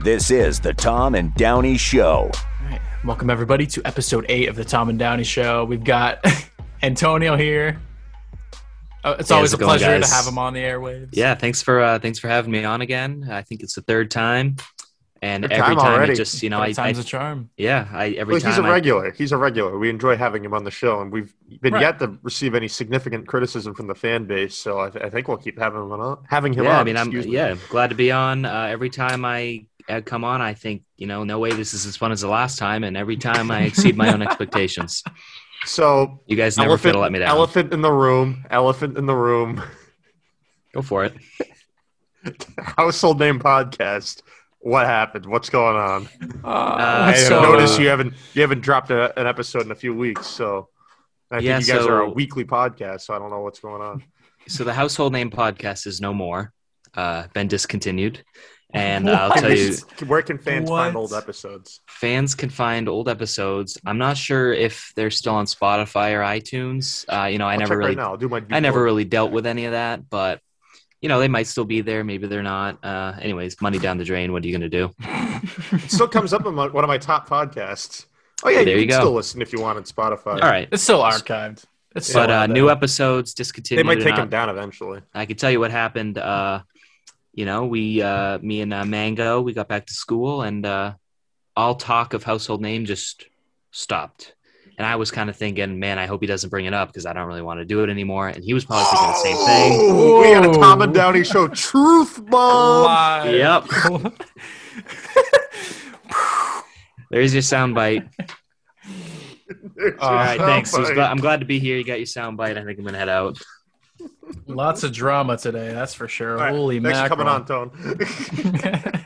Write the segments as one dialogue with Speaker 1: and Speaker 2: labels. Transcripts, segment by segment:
Speaker 1: This is the Tom and Downey Show.
Speaker 2: Welcome everybody to episode eight of the Tom and Downey Show. We've got Antonio here. Uh, it's
Speaker 3: Hey,
Speaker 2: always
Speaker 3: how's
Speaker 2: a
Speaker 3: it going,
Speaker 2: pleasure to
Speaker 3: guys?
Speaker 2: have him on the airwaves.
Speaker 3: Yeah, thanks for uh, thanks for having me on again. I think it's the third time, and
Speaker 4: Third
Speaker 3: every
Speaker 4: time
Speaker 3: time,
Speaker 4: already.
Speaker 3: it just you know I,
Speaker 2: Third time's
Speaker 3: I
Speaker 2: a charm.
Speaker 3: yeah I every
Speaker 4: Well,
Speaker 3: time
Speaker 4: he's a
Speaker 3: I-
Speaker 4: regular. he's a regular. We enjoy having him on the show, and we've been
Speaker 2: Right.
Speaker 4: yet to receive any significant criticism from the fan base. So I, th- I think we'll keep having him on. Having him
Speaker 3: yeah
Speaker 4: on.
Speaker 3: I mean I'm
Speaker 4: excuse me.
Speaker 3: yeah glad to be on. Uh, every time I uh, come on, I think you know no way this is as fun as the last time, and every time I exceed my own expectations.
Speaker 4: So
Speaker 3: You guys never
Speaker 4: elephant,
Speaker 3: fail to let me down.
Speaker 4: elephant in the room. Elephant in the room.
Speaker 3: Go for it.
Speaker 4: Household name podcast. What happened? What's going on?
Speaker 2: Uh,
Speaker 4: I
Speaker 3: so-
Speaker 4: noticed you haven't you haven't dropped a, an episode in a few weeks. So I think
Speaker 3: Yeah,
Speaker 4: you guys are a
Speaker 3: so-
Speaker 4: weekly podcast. So I don't know what's going on.
Speaker 3: So the household name podcast is no more. Uh, been discontinued, and uh, I'll
Speaker 2: What?
Speaker 3: tell you.
Speaker 4: Where can fans find
Speaker 2: What?
Speaker 4: old episodes?
Speaker 3: fans can find old episodes. I'm not sure if they're still on Spotify or iTunes. Uh, you know, I
Speaker 4: I'll
Speaker 3: never
Speaker 4: check
Speaker 3: really,
Speaker 4: Right now. I'll do my.
Speaker 3: I never really dealt with any of that, but you know, they might still be there. Maybe they're not. Uh, anyways, money down the drain. What are you gonna do?
Speaker 4: It still comes up in my, one of my top podcasts. Oh yeah,
Speaker 3: There
Speaker 4: you,
Speaker 3: you
Speaker 4: can
Speaker 3: go.
Speaker 4: still listen if you want on Spotify.
Speaker 3: All right,
Speaker 2: it's still archived. It's still
Speaker 3: but uh,
Speaker 2: out there.
Speaker 3: new episodes
Speaker 4: they
Speaker 3: discontinued.
Speaker 4: might
Speaker 3: or
Speaker 4: take
Speaker 3: not.
Speaker 4: them down eventually.
Speaker 3: I can tell you what happened. Uh, you know, we, uh, me and uh, Mango, we got back to school, and uh, all talk of household name just stopped. And I was kind of thinking, man, I hope he doesn't bring it up because I don't really want to do it anymore. And he was probably thinking the same thing.
Speaker 4: Oh, we got a Tom and
Speaker 2: Whoa.
Speaker 4: Downey show truth bomb.
Speaker 2: Live.
Speaker 3: Yep, there's your soundbite. All right, thanks. It was gl- I'm glad to be here. You got your soundbite. I think I'm gonna head out.
Speaker 2: Lots of drama today, that's for sure.
Speaker 4: All right,
Speaker 2: Holy
Speaker 4: thanks
Speaker 2: mackerel.
Speaker 4: for coming on, Tone.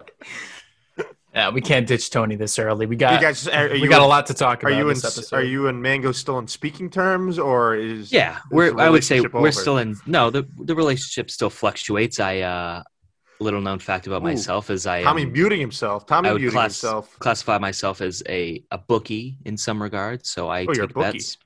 Speaker 2: yeah, we can't ditch Tony this early. We
Speaker 4: you
Speaker 2: got
Speaker 4: guys, are, are
Speaker 2: we
Speaker 4: you
Speaker 2: got a
Speaker 4: in-
Speaker 2: lot to talk
Speaker 4: Are
Speaker 2: about
Speaker 4: you in?
Speaker 2: this episode.
Speaker 4: Are you and Mango still in speaking terms, or is
Speaker 3: Yeah, we're. I would say
Speaker 4: relationship
Speaker 3: we're
Speaker 4: over?
Speaker 3: still in. No, the the relationship still fluctuates. I uh, little known fact about
Speaker 4: Ooh.
Speaker 3: myself is I
Speaker 4: Tommy
Speaker 3: am-
Speaker 4: muting himself? Tommy
Speaker 3: I would
Speaker 4: muting
Speaker 3: class-
Speaker 4: himself.
Speaker 3: classify myself as a, a bookie in some regards. So I
Speaker 4: Oh,
Speaker 3: take
Speaker 4: you're a bookie.
Speaker 3: bets.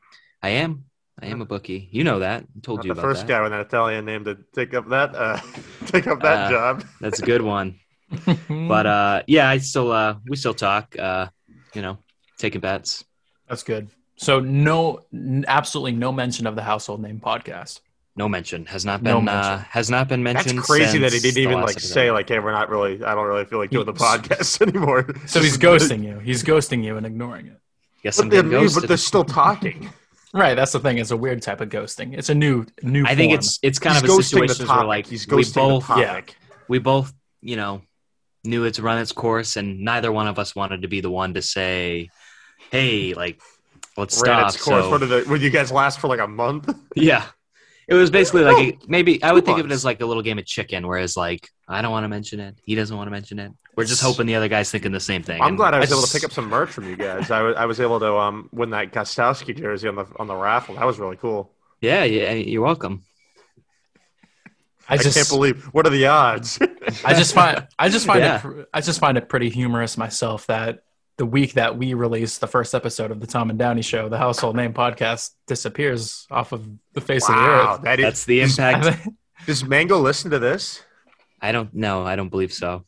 Speaker 3: I am. I am a bookie. You know that. I told
Speaker 4: Not
Speaker 3: you
Speaker 4: the
Speaker 3: about
Speaker 4: first
Speaker 3: that.
Speaker 4: guy with an Italian name to take up that uh, take up that
Speaker 3: Uh,
Speaker 4: job.
Speaker 3: That's a good one. But uh, yeah, I still uh, we still talk. Uh, you know, taking bets.
Speaker 2: that's good. So no, n- absolutely no mention of the household name podcast.
Speaker 3: No mention has not
Speaker 2: No
Speaker 3: been uh,
Speaker 2: mention.
Speaker 3: has not been
Speaker 4: That's
Speaker 3: mentioned.
Speaker 4: crazy that he
Speaker 3: since
Speaker 4: didn't
Speaker 3: the
Speaker 4: even
Speaker 3: last
Speaker 4: like
Speaker 3: episode.
Speaker 4: say like, "Hey, we're not really. I don't really feel like doing the
Speaker 2: He-
Speaker 4: podcast anymore."
Speaker 2: So he's
Speaker 4: Just-
Speaker 2: ghosting you. He's ghosting you and ignoring it.
Speaker 3: Yes, I'm
Speaker 4: But they're,
Speaker 3: getting
Speaker 4: but
Speaker 3: ghosted.
Speaker 4: they're still talking.
Speaker 2: Right. That's the thing. It's a weird type of ghosting. It's a new new.
Speaker 3: I think
Speaker 2: form.
Speaker 3: it's it's kind
Speaker 4: he's
Speaker 3: of a
Speaker 4: ghosting the
Speaker 3: situation where
Speaker 4: topic.
Speaker 3: like
Speaker 4: he's
Speaker 3: we
Speaker 4: ghosting
Speaker 3: both
Speaker 4: the topic.
Speaker 3: we both you know knew it's run its course and neither one of us wanted to be the one to say hey like let's
Speaker 4: Ran
Speaker 3: stop
Speaker 4: its course.
Speaker 3: so-
Speaker 4: What did the, would you guys last for like a month?
Speaker 3: yeah it was basically like a, maybe i would think of it
Speaker 4: months.
Speaker 3: as like a little game of chicken whereas like i don't want to mention it he doesn't want to mention it we're just hoping the other guy's thinking the same thing
Speaker 4: I'm
Speaker 3: And
Speaker 4: glad I was able
Speaker 3: s-
Speaker 4: to pick up some merch from you guys. I was, I was able to um, win that Gostowski jersey on the on the raffle. That was really cool.
Speaker 3: yeah yeah you're welcome
Speaker 2: I,
Speaker 4: I,
Speaker 2: just
Speaker 4: can't believe what are the odds?
Speaker 2: I just find I just find
Speaker 3: Yeah.
Speaker 2: it pr- I just find it pretty humorous myself that the week that we released the first episode of the Tom and Downey Show, the household name podcast disappears off of the face
Speaker 4: wow,
Speaker 2: of
Speaker 4: that is.
Speaker 3: that's the
Speaker 2: the
Speaker 3: impact
Speaker 2: earth.
Speaker 4: Does Mango listen to this?
Speaker 3: i don't know i don't believe so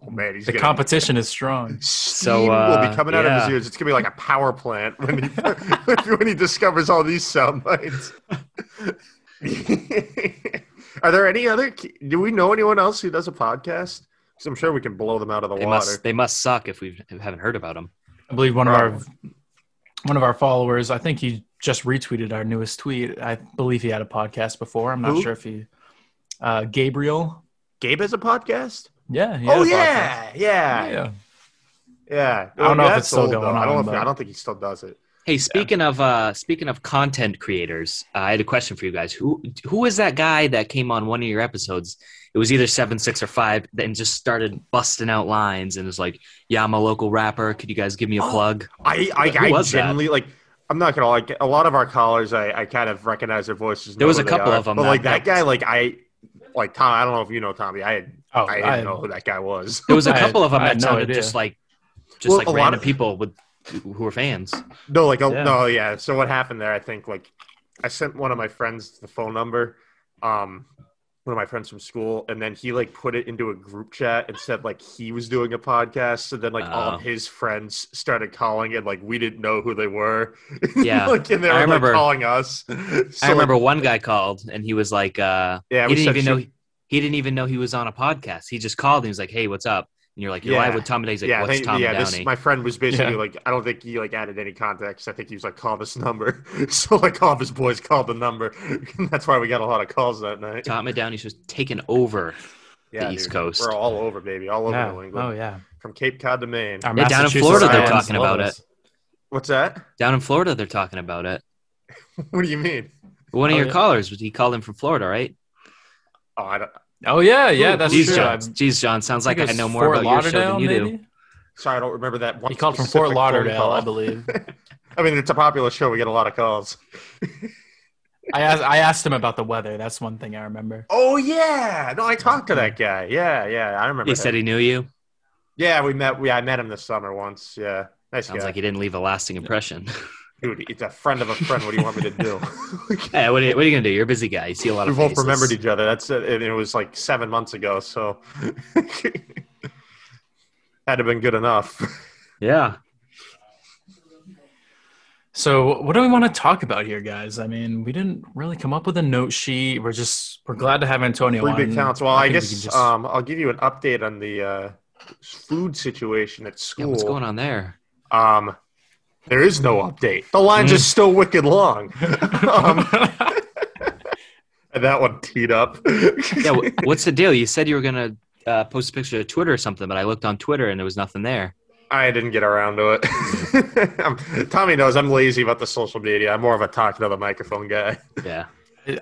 Speaker 4: Oh man, he's
Speaker 2: the
Speaker 4: gonna-
Speaker 2: competition is strong.
Speaker 4: Steam will
Speaker 3: uh,
Speaker 4: be coming out of his
Speaker 3: yeah.
Speaker 4: ears. It's gonna be like a power plant when he when he discovers all these sound bites. Are there any other? Do we know anyone else who does a podcast? Because I'm sure we can blow them out of the
Speaker 3: they
Speaker 4: water.
Speaker 3: must they must suck if we haven't heard about them
Speaker 2: I believe one of our
Speaker 4: Probably.
Speaker 2: one of our followers, I think he just retweeted our newest tweet. I believe he had a podcast before. I'm not
Speaker 4: Who?
Speaker 2: sure if he uh, Gabriel.
Speaker 4: Gabe has a podcast.
Speaker 2: Yeah. he had
Speaker 4: oh
Speaker 2: a podcast.
Speaker 4: yeah, yeah, yeah,
Speaker 2: Yeah.
Speaker 4: Well,
Speaker 2: I don't know if
Speaker 4: that's
Speaker 2: it's still
Speaker 4: old,
Speaker 2: going
Speaker 4: though. I don't,
Speaker 2: on,
Speaker 4: know if-
Speaker 2: but-
Speaker 4: I don't think he still does it.
Speaker 3: Hey, speaking of uh, speaking of content creators, uh, I had a question for you guys. Who who was that guy that came on one of your episodes? It was either seven, six, or five, and just started busting out lines and was like, "Yeah, I'm a local rapper. Could you guys give me a plug?"
Speaker 4: I I,
Speaker 3: Who
Speaker 4: I
Speaker 3: was that?
Speaker 4: generally like. I'm not gonna like a lot of our callers. I, I kind of recognize their voices.
Speaker 3: There
Speaker 4: know
Speaker 3: was
Speaker 4: who
Speaker 3: a
Speaker 4: they
Speaker 3: couple
Speaker 4: are.
Speaker 3: of 'em
Speaker 4: but
Speaker 3: that-
Speaker 4: like
Speaker 3: that-
Speaker 4: that guy, like I, like Tom. I don't know if you know Tommy. I had
Speaker 2: Oh,
Speaker 4: I didn't know who that guy was.
Speaker 3: There was a
Speaker 2: I-
Speaker 3: couple of them
Speaker 2: I
Speaker 3: that
Speaker 2: had no
Speaker 3: sounded
Speaker 2: idea.
Speaker 3: just like just
Speaker 4: Well,
Speaker 3: like
Speaker 4: a lot
Speaker 3: random
Speaker 4: of-
Speaker 3: people with who were fans.
Speaker 4: No, like a,
Speaker 2: Yeah.
Speaker 4: no, yeah. So what happened there? I think like I sent one of my friends the phone number, um, one of my friends from school, and then he like put it into a group chat and said like he was doing a podcast. So then like all
Speaker 3: Oh.
Speaker 4: of his friends started calling, and like we didn't know who they were.
Speaker 3: Yeah.
Speaker 4: like and they
Speaker 3: I
Speaker 4: were
Speaker 3: remember-
Speaker 4: like calling us. So,
Speaker 3: I remember
Speaker 4: Like,
Speaker 3: one guy called and he was like, uh,
Speaker 4: yeah,
Speaker 3: he
Speaker 4: we
Speaker 3: didn't
Speaker 4: said
Speaker 3: even
Speaker 4: shit-
Speaker 3: know he, didn't even know he was on a podcast. He just called and he was like, "Hey, what's up?" And you're like, "You're
Speaker 4: Yeah.
Speaker 3: live with Tom and Downey." He's like,
Speaker 4: yeah, I
Speaker 3: "What's
Speaker 4: think-
Speaker 3: Tom
Speaker 4: yeah.
Speaker 3: and
Speaker 4: This
Speaker 3: Downey?"
Speaker 4: my friend was basically
Speaker 2: Yeah.
Speaker 4: like, I don't think he like added any context. I think he was like, call this number. So like all of his boys called the number. That's why we got a lot of calls that night.
Speaker 3: Tom and Downey's just taken over.
Speaker 4: yeah,
Speaker 3: the East
Speaker 4: dude.
Speaker 3: Coast.
Speaker 4: We're all over, baby, all over
Speaker 2: Yeah.
Speaker 4: New England,
Speaker 2: Oh yeah.
Speaker 4: from Cape Cod to Maine.
Speaker 2: Our
Speaker 3: Yeah, down in
Speaker 2: Massachusetts
Speaker 3: Florida,
Speaker 4: they're
Speaker 2: fans
Speaker 3: talking
Speaker 2: love
Speaker 3: about
Speaker 2: us.
Speaker 4: What's that?
Speaker 3: Down in Florida, they're talking about it.
Speaker 4: What do you mean?
Speaker 3: One of
Speaker 2: Oh,
Speaker 3: your
Speaker 2: yeah.
Speaker 3: callers, he called him from Florida, right?
Speaker 4: Oh, I don't,
Speaker 2: Oh yeah, yeah.
Speaker 4: Ooh,
Speaker 2: That's
Speaker 3: Jeez,
Speaker 2: true.
Speaker 3: John.
Speaker 2: I think
Speaker 3: Jeez, John. Sounds like I
Speaker 2: it was
Speaker 3: know more
Speaker 2: Fort
Speaker 3: about your show than you
Speaker 2: Lauderdale,
Speaker 3: do.
Speaker 2: maybe?
Speaker 4: sorry, I don't remember that one.
Speaker 2: He called from
Speaker 4: specific
Speaker 2: Fort
Speaker 4: phone
Speaker 2: Lauderdale,
Speaker 4: call.
Speaker 2: I believe.
Speaker 4: I mean, it's a popular show. We get a lot of calls.
Speaker 2: I asked, I asked him about the weather. That's one thing I remember.
Speaker 4: Oh yeah, no, I talked to that guy. Yeah, yeah, I remember.
Speaker 3: He
Speaker 4: that.
Speaker 3: said he knew you.
Speaker 4: yeah, we met. We I met him this summer once. Yeah, nice
Speaker 3: Sounds
Speaker 4: guy.
Speaker 3: like he didn't leave a lasting impression.
Speaker 4: Dude, it's a friend of a friend. What do you want me to do?
Speaker 3: hey, what are, you, what are you gonna do? You're a busy guy. You see a lot
Speaker 4: we
Speaker 3: of.
Speaker 4: both
Speaker 3: faces.
Speaker 4: remembered each other. That's it. And it was like seven months ago, so had to have been good enough.
Speaker 3: Yeah.
Speaker 2: So, what do we want to talk about here, guys? I mean, we didn't really come up with a note sheet. We're just we're glad to have Antonio
Speaker 4: Three
Speaker 2: on.
Speaker 4: big counts. Well,
Speaker 2: I
Speaker 4: I,
Speaker 2: think we
Speaker 4: guess
Speaker 2: can just-
Speaker 4: um, I'll give you an update on the uh, food situation at school.
Speaker 3: Yeah. What's going on there?
Speaker 4: Um, there is no update. The lines
Speaker 2: Mm.
Speaker 4: are still wicked long. um, and that one teed up.
Speaker 3: Yeah. wh- what's the deal? You said you were gonna uh, post a picture to Twitter or something, but I looked on Twitter and there was nothing there.
Speaker 4: I didn't get around to it. I'm, Tommy knows I'm lazy about the social media. I'm more of a talk to the microphone guy.
Speaker 3: Yeah.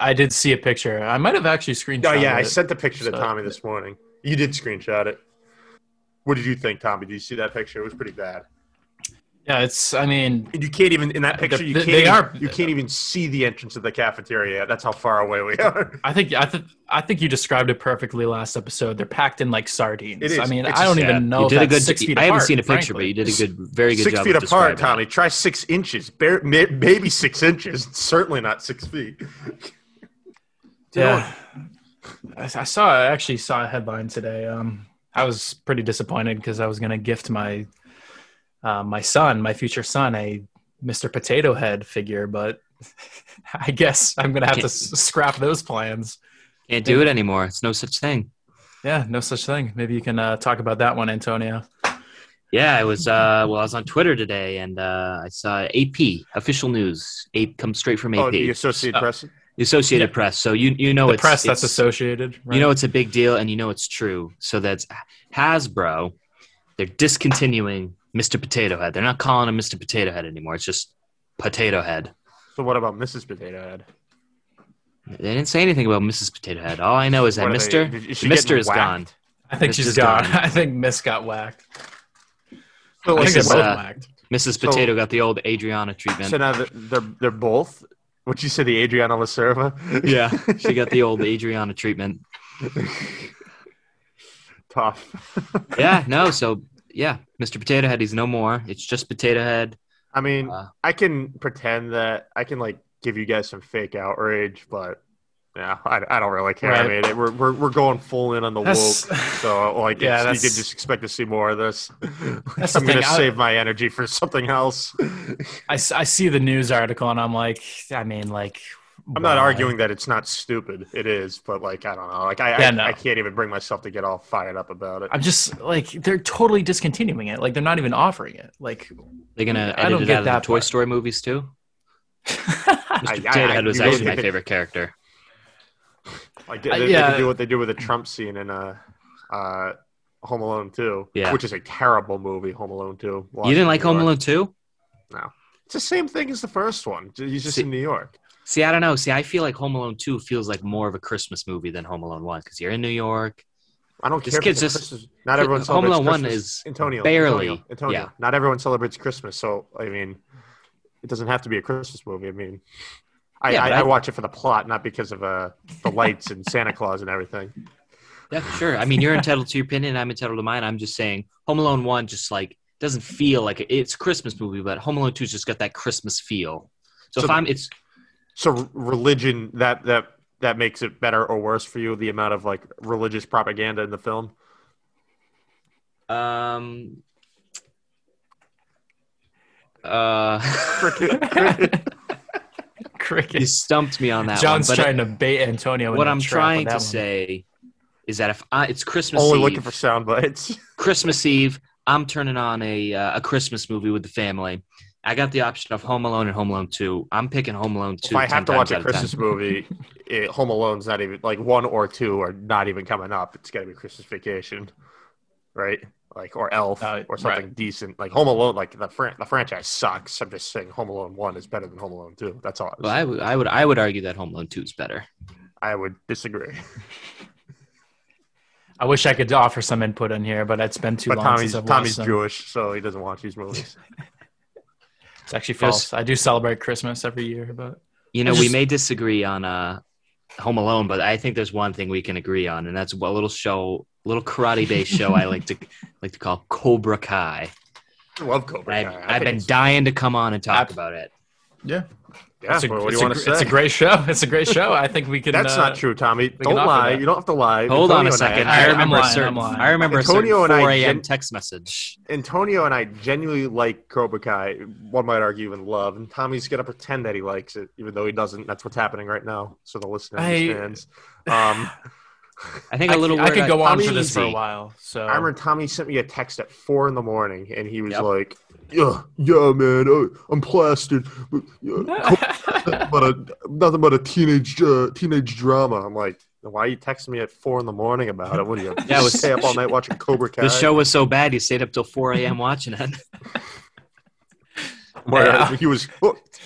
Speaker 2: I did see a picture. I might have actually screenshot.
Speaker 4: Oh yeah, I
Speaker 2: it.
Speaker 4: sent the picture
Speaker 2: So-
Speaker 4: to Tommy this morning. You did screenshot it. What did you think, Tommy? Did you see that picture? It was pretty bad.
Speaker 2: yeah. It's. I mean,
Speaker 4: And you can't even in that
Speaker 2: The-
Speaker 4: picture. You
Speaker 2: the-
Speaker 4: can't.
Speaker 2: they
Speaker 4: even,
Speaker 2: are-
Speaker 4: You can't even see the entrance of the cafeteria. That's how far away we are.
Speaker 2: I think I, th- I think you described it perfectly last episode. They're packed in like sardines.
Speaker 4: It is.
Speaker 2: I mean,
Speaker 4: It's
Speaker 2: I don't
Speaker 4: just-
Speaker 2: even know.
Speaker 3: you
Speaker 2: if
Speaker 3: did a
Speaker 2: that's
Speaker 3: good.
Speaker 2: Six feet
Speaker 3: I haven't
Speaker 2: apart,
Speaker 3: seen a picture,
Speaker 2: frankly.
Speaker 3: but you did a good, very good
Speaker 4: six
Speaker 3: job.
Speaker 4: feet
Speaker 3: of
Speaker 4: apart,
Speaker 3: describing
Speaker 4: Tommy. Try six inches. Bare, may, maybe six inches. Certainly not six feet.
Speaker 2: Yeah. I, I saw. I actually saw a headline today. Um, I was pretty disappointed because I was going to gift my uh, my son, my future son, a Mr. Potato Head figure, but I guess I'm going to have to s- scrap those plans.
Speaker 3: It. Can't do it anymore. It's no such thing.
Speaker 2: Yeah, no such thing. Maybe you can uh, talk about that one, Antonio.
Speaker 3: Yeah, I was. Uh, well, I was on Twitter today, and uh, I saw AP official news. AP comes straight from AP,
Speaker 4: Oh, the Associated
Speaker 2: Uh,
Speaker 4: Press.
Speaker 3: the Associated
Speaker 2: Yeah.
Speaker 3: Press. So you you know
Speaker 2: the
Speaker 3: it's
Speaker 2: press that's
Speaker 3: it's-
Speaker 2: associated.
Speaker 3: You know it's a big deal, and you know it's true. So that's Hasbro. They're discontinuing Mr. Potato Head. They're not calling him Mr. Potato Head anymore. It's just Potato Head.
Speaker 4: So what about Mrs. Potato Head?
Speaker 3: They didn't say anything about Mrs. Potato Head. All I know is that
Speaker 4: What are they-
Speaker 3: Mr.
Speaker 4: is she
Speaker 3: Mr.
Speaker 4: getting
Speaker 3: is
Speaker 4: whacked?
Speaker 3: gone.
Speaker 2: I think
Speaker 3: Miss
Speaker 2: she's
Speaker 3: is
Speaker 2: gone.
Speaker 3: gone.
Speaker 2: I think Miss got whacked.
Speaker 4: So,
Speaker 2: I
Speaker 4: like,
Speaker 2: think
Speaker 3: Miss
Speaker 2: they're
Speaker 3: is,
Speaker 2: both
Speaker 3: uh,
Speaker 2: whacked.
Speaker 3: Mrs.
Speaker 4: So-
Speaker 3: Potato got the old Adriana treatment.
Speaker 4: so now they're they're, they're both. Would you say the Adriana Lacerva?
Speaker 3: yeah, she got the old Adriana treatment.
Speaker 4: Tough.
Speaker 3: yeah, no. So yeah, Mr. Potato Head, he's no more. It's just Potato Head.
Speaker 4: I mean,
Speaker 3: Uh,
Speaker 4: I can pretend that I can like give you guys some fake outrage, but yeah, I, I don't really care. I
Speaker 2: Right.
Speaker 4: mean, it, we're, we're we're going full in on the
Speaker 2: That's-
Speaker 4: woke, so like
Speaker 2: Yeah,
Speaker 4: it's-
Speaker 2: that's-
Speaker 4: you can just expect to see more of this.
Speaker 2: That's the
Speaker 4: I'm gonna
Speaker 2: thing, I-
Speaker 4: save my energy for something else.
Speaker 2: I, s- I see the news article and I'm like, I mean, like,
Speaker 4: I'm not
Speaker 2: why?
Speaker 4: arguing that it's not stupid. It is, but like I don't know. Like I
Speaker 2: Yeah,
Speaker 4: I,
Speaker 2: no.
Speaker 4: I can't even bring myself to get all fired up about it.
Speaker 2: I'm just like they're totally discontinuing it. Like they're not even offering it. Like
Speaker 3: They're gonna
Speaker 2: I
Speaker 3: edit
Speaker 2: don't
Speaker 3: it
Speaker 2: get
Speaker 3: out of the
Speaker 2: that
Speaker 3: Toy
Speaker 2: part.
Speaker 3: Story movies too. Mr.
Speaker 4: I- I-
Speaker 3: Potato Head
Speaker 4: I-
Speaker 3: was
Speaker 4: you really
Speaker 3: actually my
Speaker 4: think-
Speaker 3: favorite character.
Speaker 4: Like they,
Speaker 2: Uh,
Speaker 4: they, they
Speaker 2: yeah.
Speaker 4: can do what they do with the Trump scene in uh, uh, Home Alone Two,
Speaker 3: Yeah.
Speaker 4: which is a terrible movie. Home Alone Two.
Speaker 3: You didn't like Home Alone two?
Speaker 4: It's the same thing as the first one. J- He's just
Speaker 3: See-
Speaker 4: in New York.
Speaker 3: See, I don't know. See, I feel like Home Alone two feels like more of a Christmas movie than Home Alone one because you're in New York.
Speaker 4: I don't
Speaker 3: This
Speaker 4: care. if
Speaker 3: kid's
Speaker 4: it's a
Speaker 3: just-
Speaker 4: Christmas- not everyone
Speaker 3: Home
Speaker 4: celebrates
Speaker 3: Alone one
Speaker 4: Christmas.
Speaker 3: is
Speaker 4: Antonio
Speaker 3: barely-
Speaker 4: Antonio. Antonio.
Speaker 3: yeah.
Speaker 4: Not everyone celebrates Christmas, so I mean, it doesn't have to be a Christmas movie. I mean, I,
Speaker 3: Yeah,
Speaker 4: I,
Speaker 3: but
Speaker 4: I,
Speaker 3: I-
Speaker 4: watch it for the plot, not because of uh, the lights and Santa Claus and everything.
Speaker 3: Yeah, sure. I mean, you're entitled to your opinion. I'm entitled to mine. I'm just saying, Home Alone one just like doesn't feel like a, it's a Christmas movie, but Home Alone two's just got that Christmas feel. So,
Speaker 4: So
Speaker 3: if
Speaker 4: the-
Speaker 3: I'm, it's
Speaker 4: So r- religion that that that makes it better or worse for you? The amount of like religious propaganda in the film.
Speaker 3: Um. Uh, you
Speaker 2: Cricket.
Speaker 3: stumped me on that.
Speaker 2: John's
Speaker 3: one, but
Speaker 2: trying to bait Antonio.
Speaker 3: What
Speaker 2: into a
Speaker 3: I'm
Speaker 2: trap on
Speaker 3: trying
Speaker 2: that
Speaker 3: to
Speaker 2: one.
Speaker 3: say is that if I, it's Christmas
Speaker 4: Only
Speaker 3: Eve,
Speaker 4: Oh, looking for sound bites.
Speaker 3: Christmas Eve, I'm turning on a uh, a Christmas movie with the family. I got the option of Home Alone and Home Alone Two. I'm picking Home Alone Two.
Speaker 4: if I
Speaker 3: 10
Speaker 4: have to
Speaker 3: times
Speaker 4: watch
Speaker 3: out
Speaker 4: a
Speaker 3: of 10.
Speaker 4: Christmas movie, it, Home Alone's not even like one or two are not even coming up. It's got to be Christmas Vacation, right? Like or Elf
Speaker 2: Uh,
Speaker 4: or something decent. Like Home Alone, like the fran- the franchise sucks. I'm just saying Home Alone one is better than Home Alone two. That's all.
Speaker 3: Well, I would I would I would argue that Home Alone Two is better.
Speaker 4: I would disagree.
Speaker 2: I wish I could offer some input in here, but it's been too
Speaker 4: But
Speaker 2: long
Speaker 4: Tommy's
Speaker 2: since I've watched
Speaker 4: Tommy's
Speaker 2: them.
Speaker 4: Jewish, so he doesn't watch these movies.
Speaker 2: It's actually
Speaker 3: Yes.
Speaker 2: false. I do celebrate Christmas every year, but
Speaker 3: You know,
Speaker 2: I
Speaker 3: we
Speaker 2: just-
Speaker 3: may disagree on uh, Home Alone, but I think there's one thing we can agree on, and that's a little show, little karate-based show I like to like to call Cobra Kai.
Speaker 4: I love Cobra
Speaker 3: I've,
Speaker 4: Kai. I
Speaker 3: I've
Speaker 4: think
Speaker 3: been
Speaker 4: it's-
Speaker 3: dying to come on and talk
Speaker 2: Ab-
Speaker 3: about it.
Speaker 2: yeah,
Speaker 4: Yeah,
Speaker 2: it's a,
Speaker 4: well, what do
Speaker 2: it's
Speaker 4: you
Speaker 2: a
Speaker 4: want to
Speaker 2: gr-
Speaker 4: say?
Speaker 2: It's a great show. It's a great show. I think we can.
Speaker 4: That's
Speaker 2: uh,
Speaker 4: not true, Tommy. Don't
Speaker 2: offer
Speaker 4: lie.
Speaker 2: that.
Speaker 4: You don't have to lie.
Speaker 3: Hold on
Speaker 4: Antonio
Speaker 3: a second.
Speaker 4: and I actually-
Speaker 3: I
Speaker 2: I'm
Speaker 3: remember a
Speaker 2: lying,
Speaker 3: certain.
Speaker 2: I'm lying.
Speaker 3: I remember a certain
Speaker 4: Antonio and I
Speaker 3: 4 a.m.
Speaker 4: gen-
Speaker 3: text message.
Speaker 4: Antonio and I genuinely like Cobra Kai. One might argue even love, and Tommy's gonna pretend that he likes it, even though he doesn't. That's what's happening right now, so the listener
Speaker 2: I-
Speaker 4: understands. Um,
Speaker 3: I think
Speaker 2: I,
Speaker 3: a little.
Speaker 2: c- I
Speaker 3: word
Speaker 2: could go on
Speaker 4: I'm
Speaker 2: for this for a
Speaker 3: easy.
Speaker 2: while. So
Speaker 4: I remember Tommy sent me a text at four in the morning, and he was
Speaker 3: Yep.
Speaker 4: like, "Yeah, yeah, man, I, I'm plastered, but, yeah, nothing but a nothing but a teenage uh, teenage drama." I'm like, "Why are you texting me at four in the morning about it? What do you
Speaker 3: Yeah, it was-
Speaker 4: stay up all night watching Cobra Kai?"
Speaker 3: The show was so bad, you stayed up till 4 a.m. watching it.
Speaker 4: Where
Speaker 2: Yeah.
Speaker 4: he was "Oh, hooked.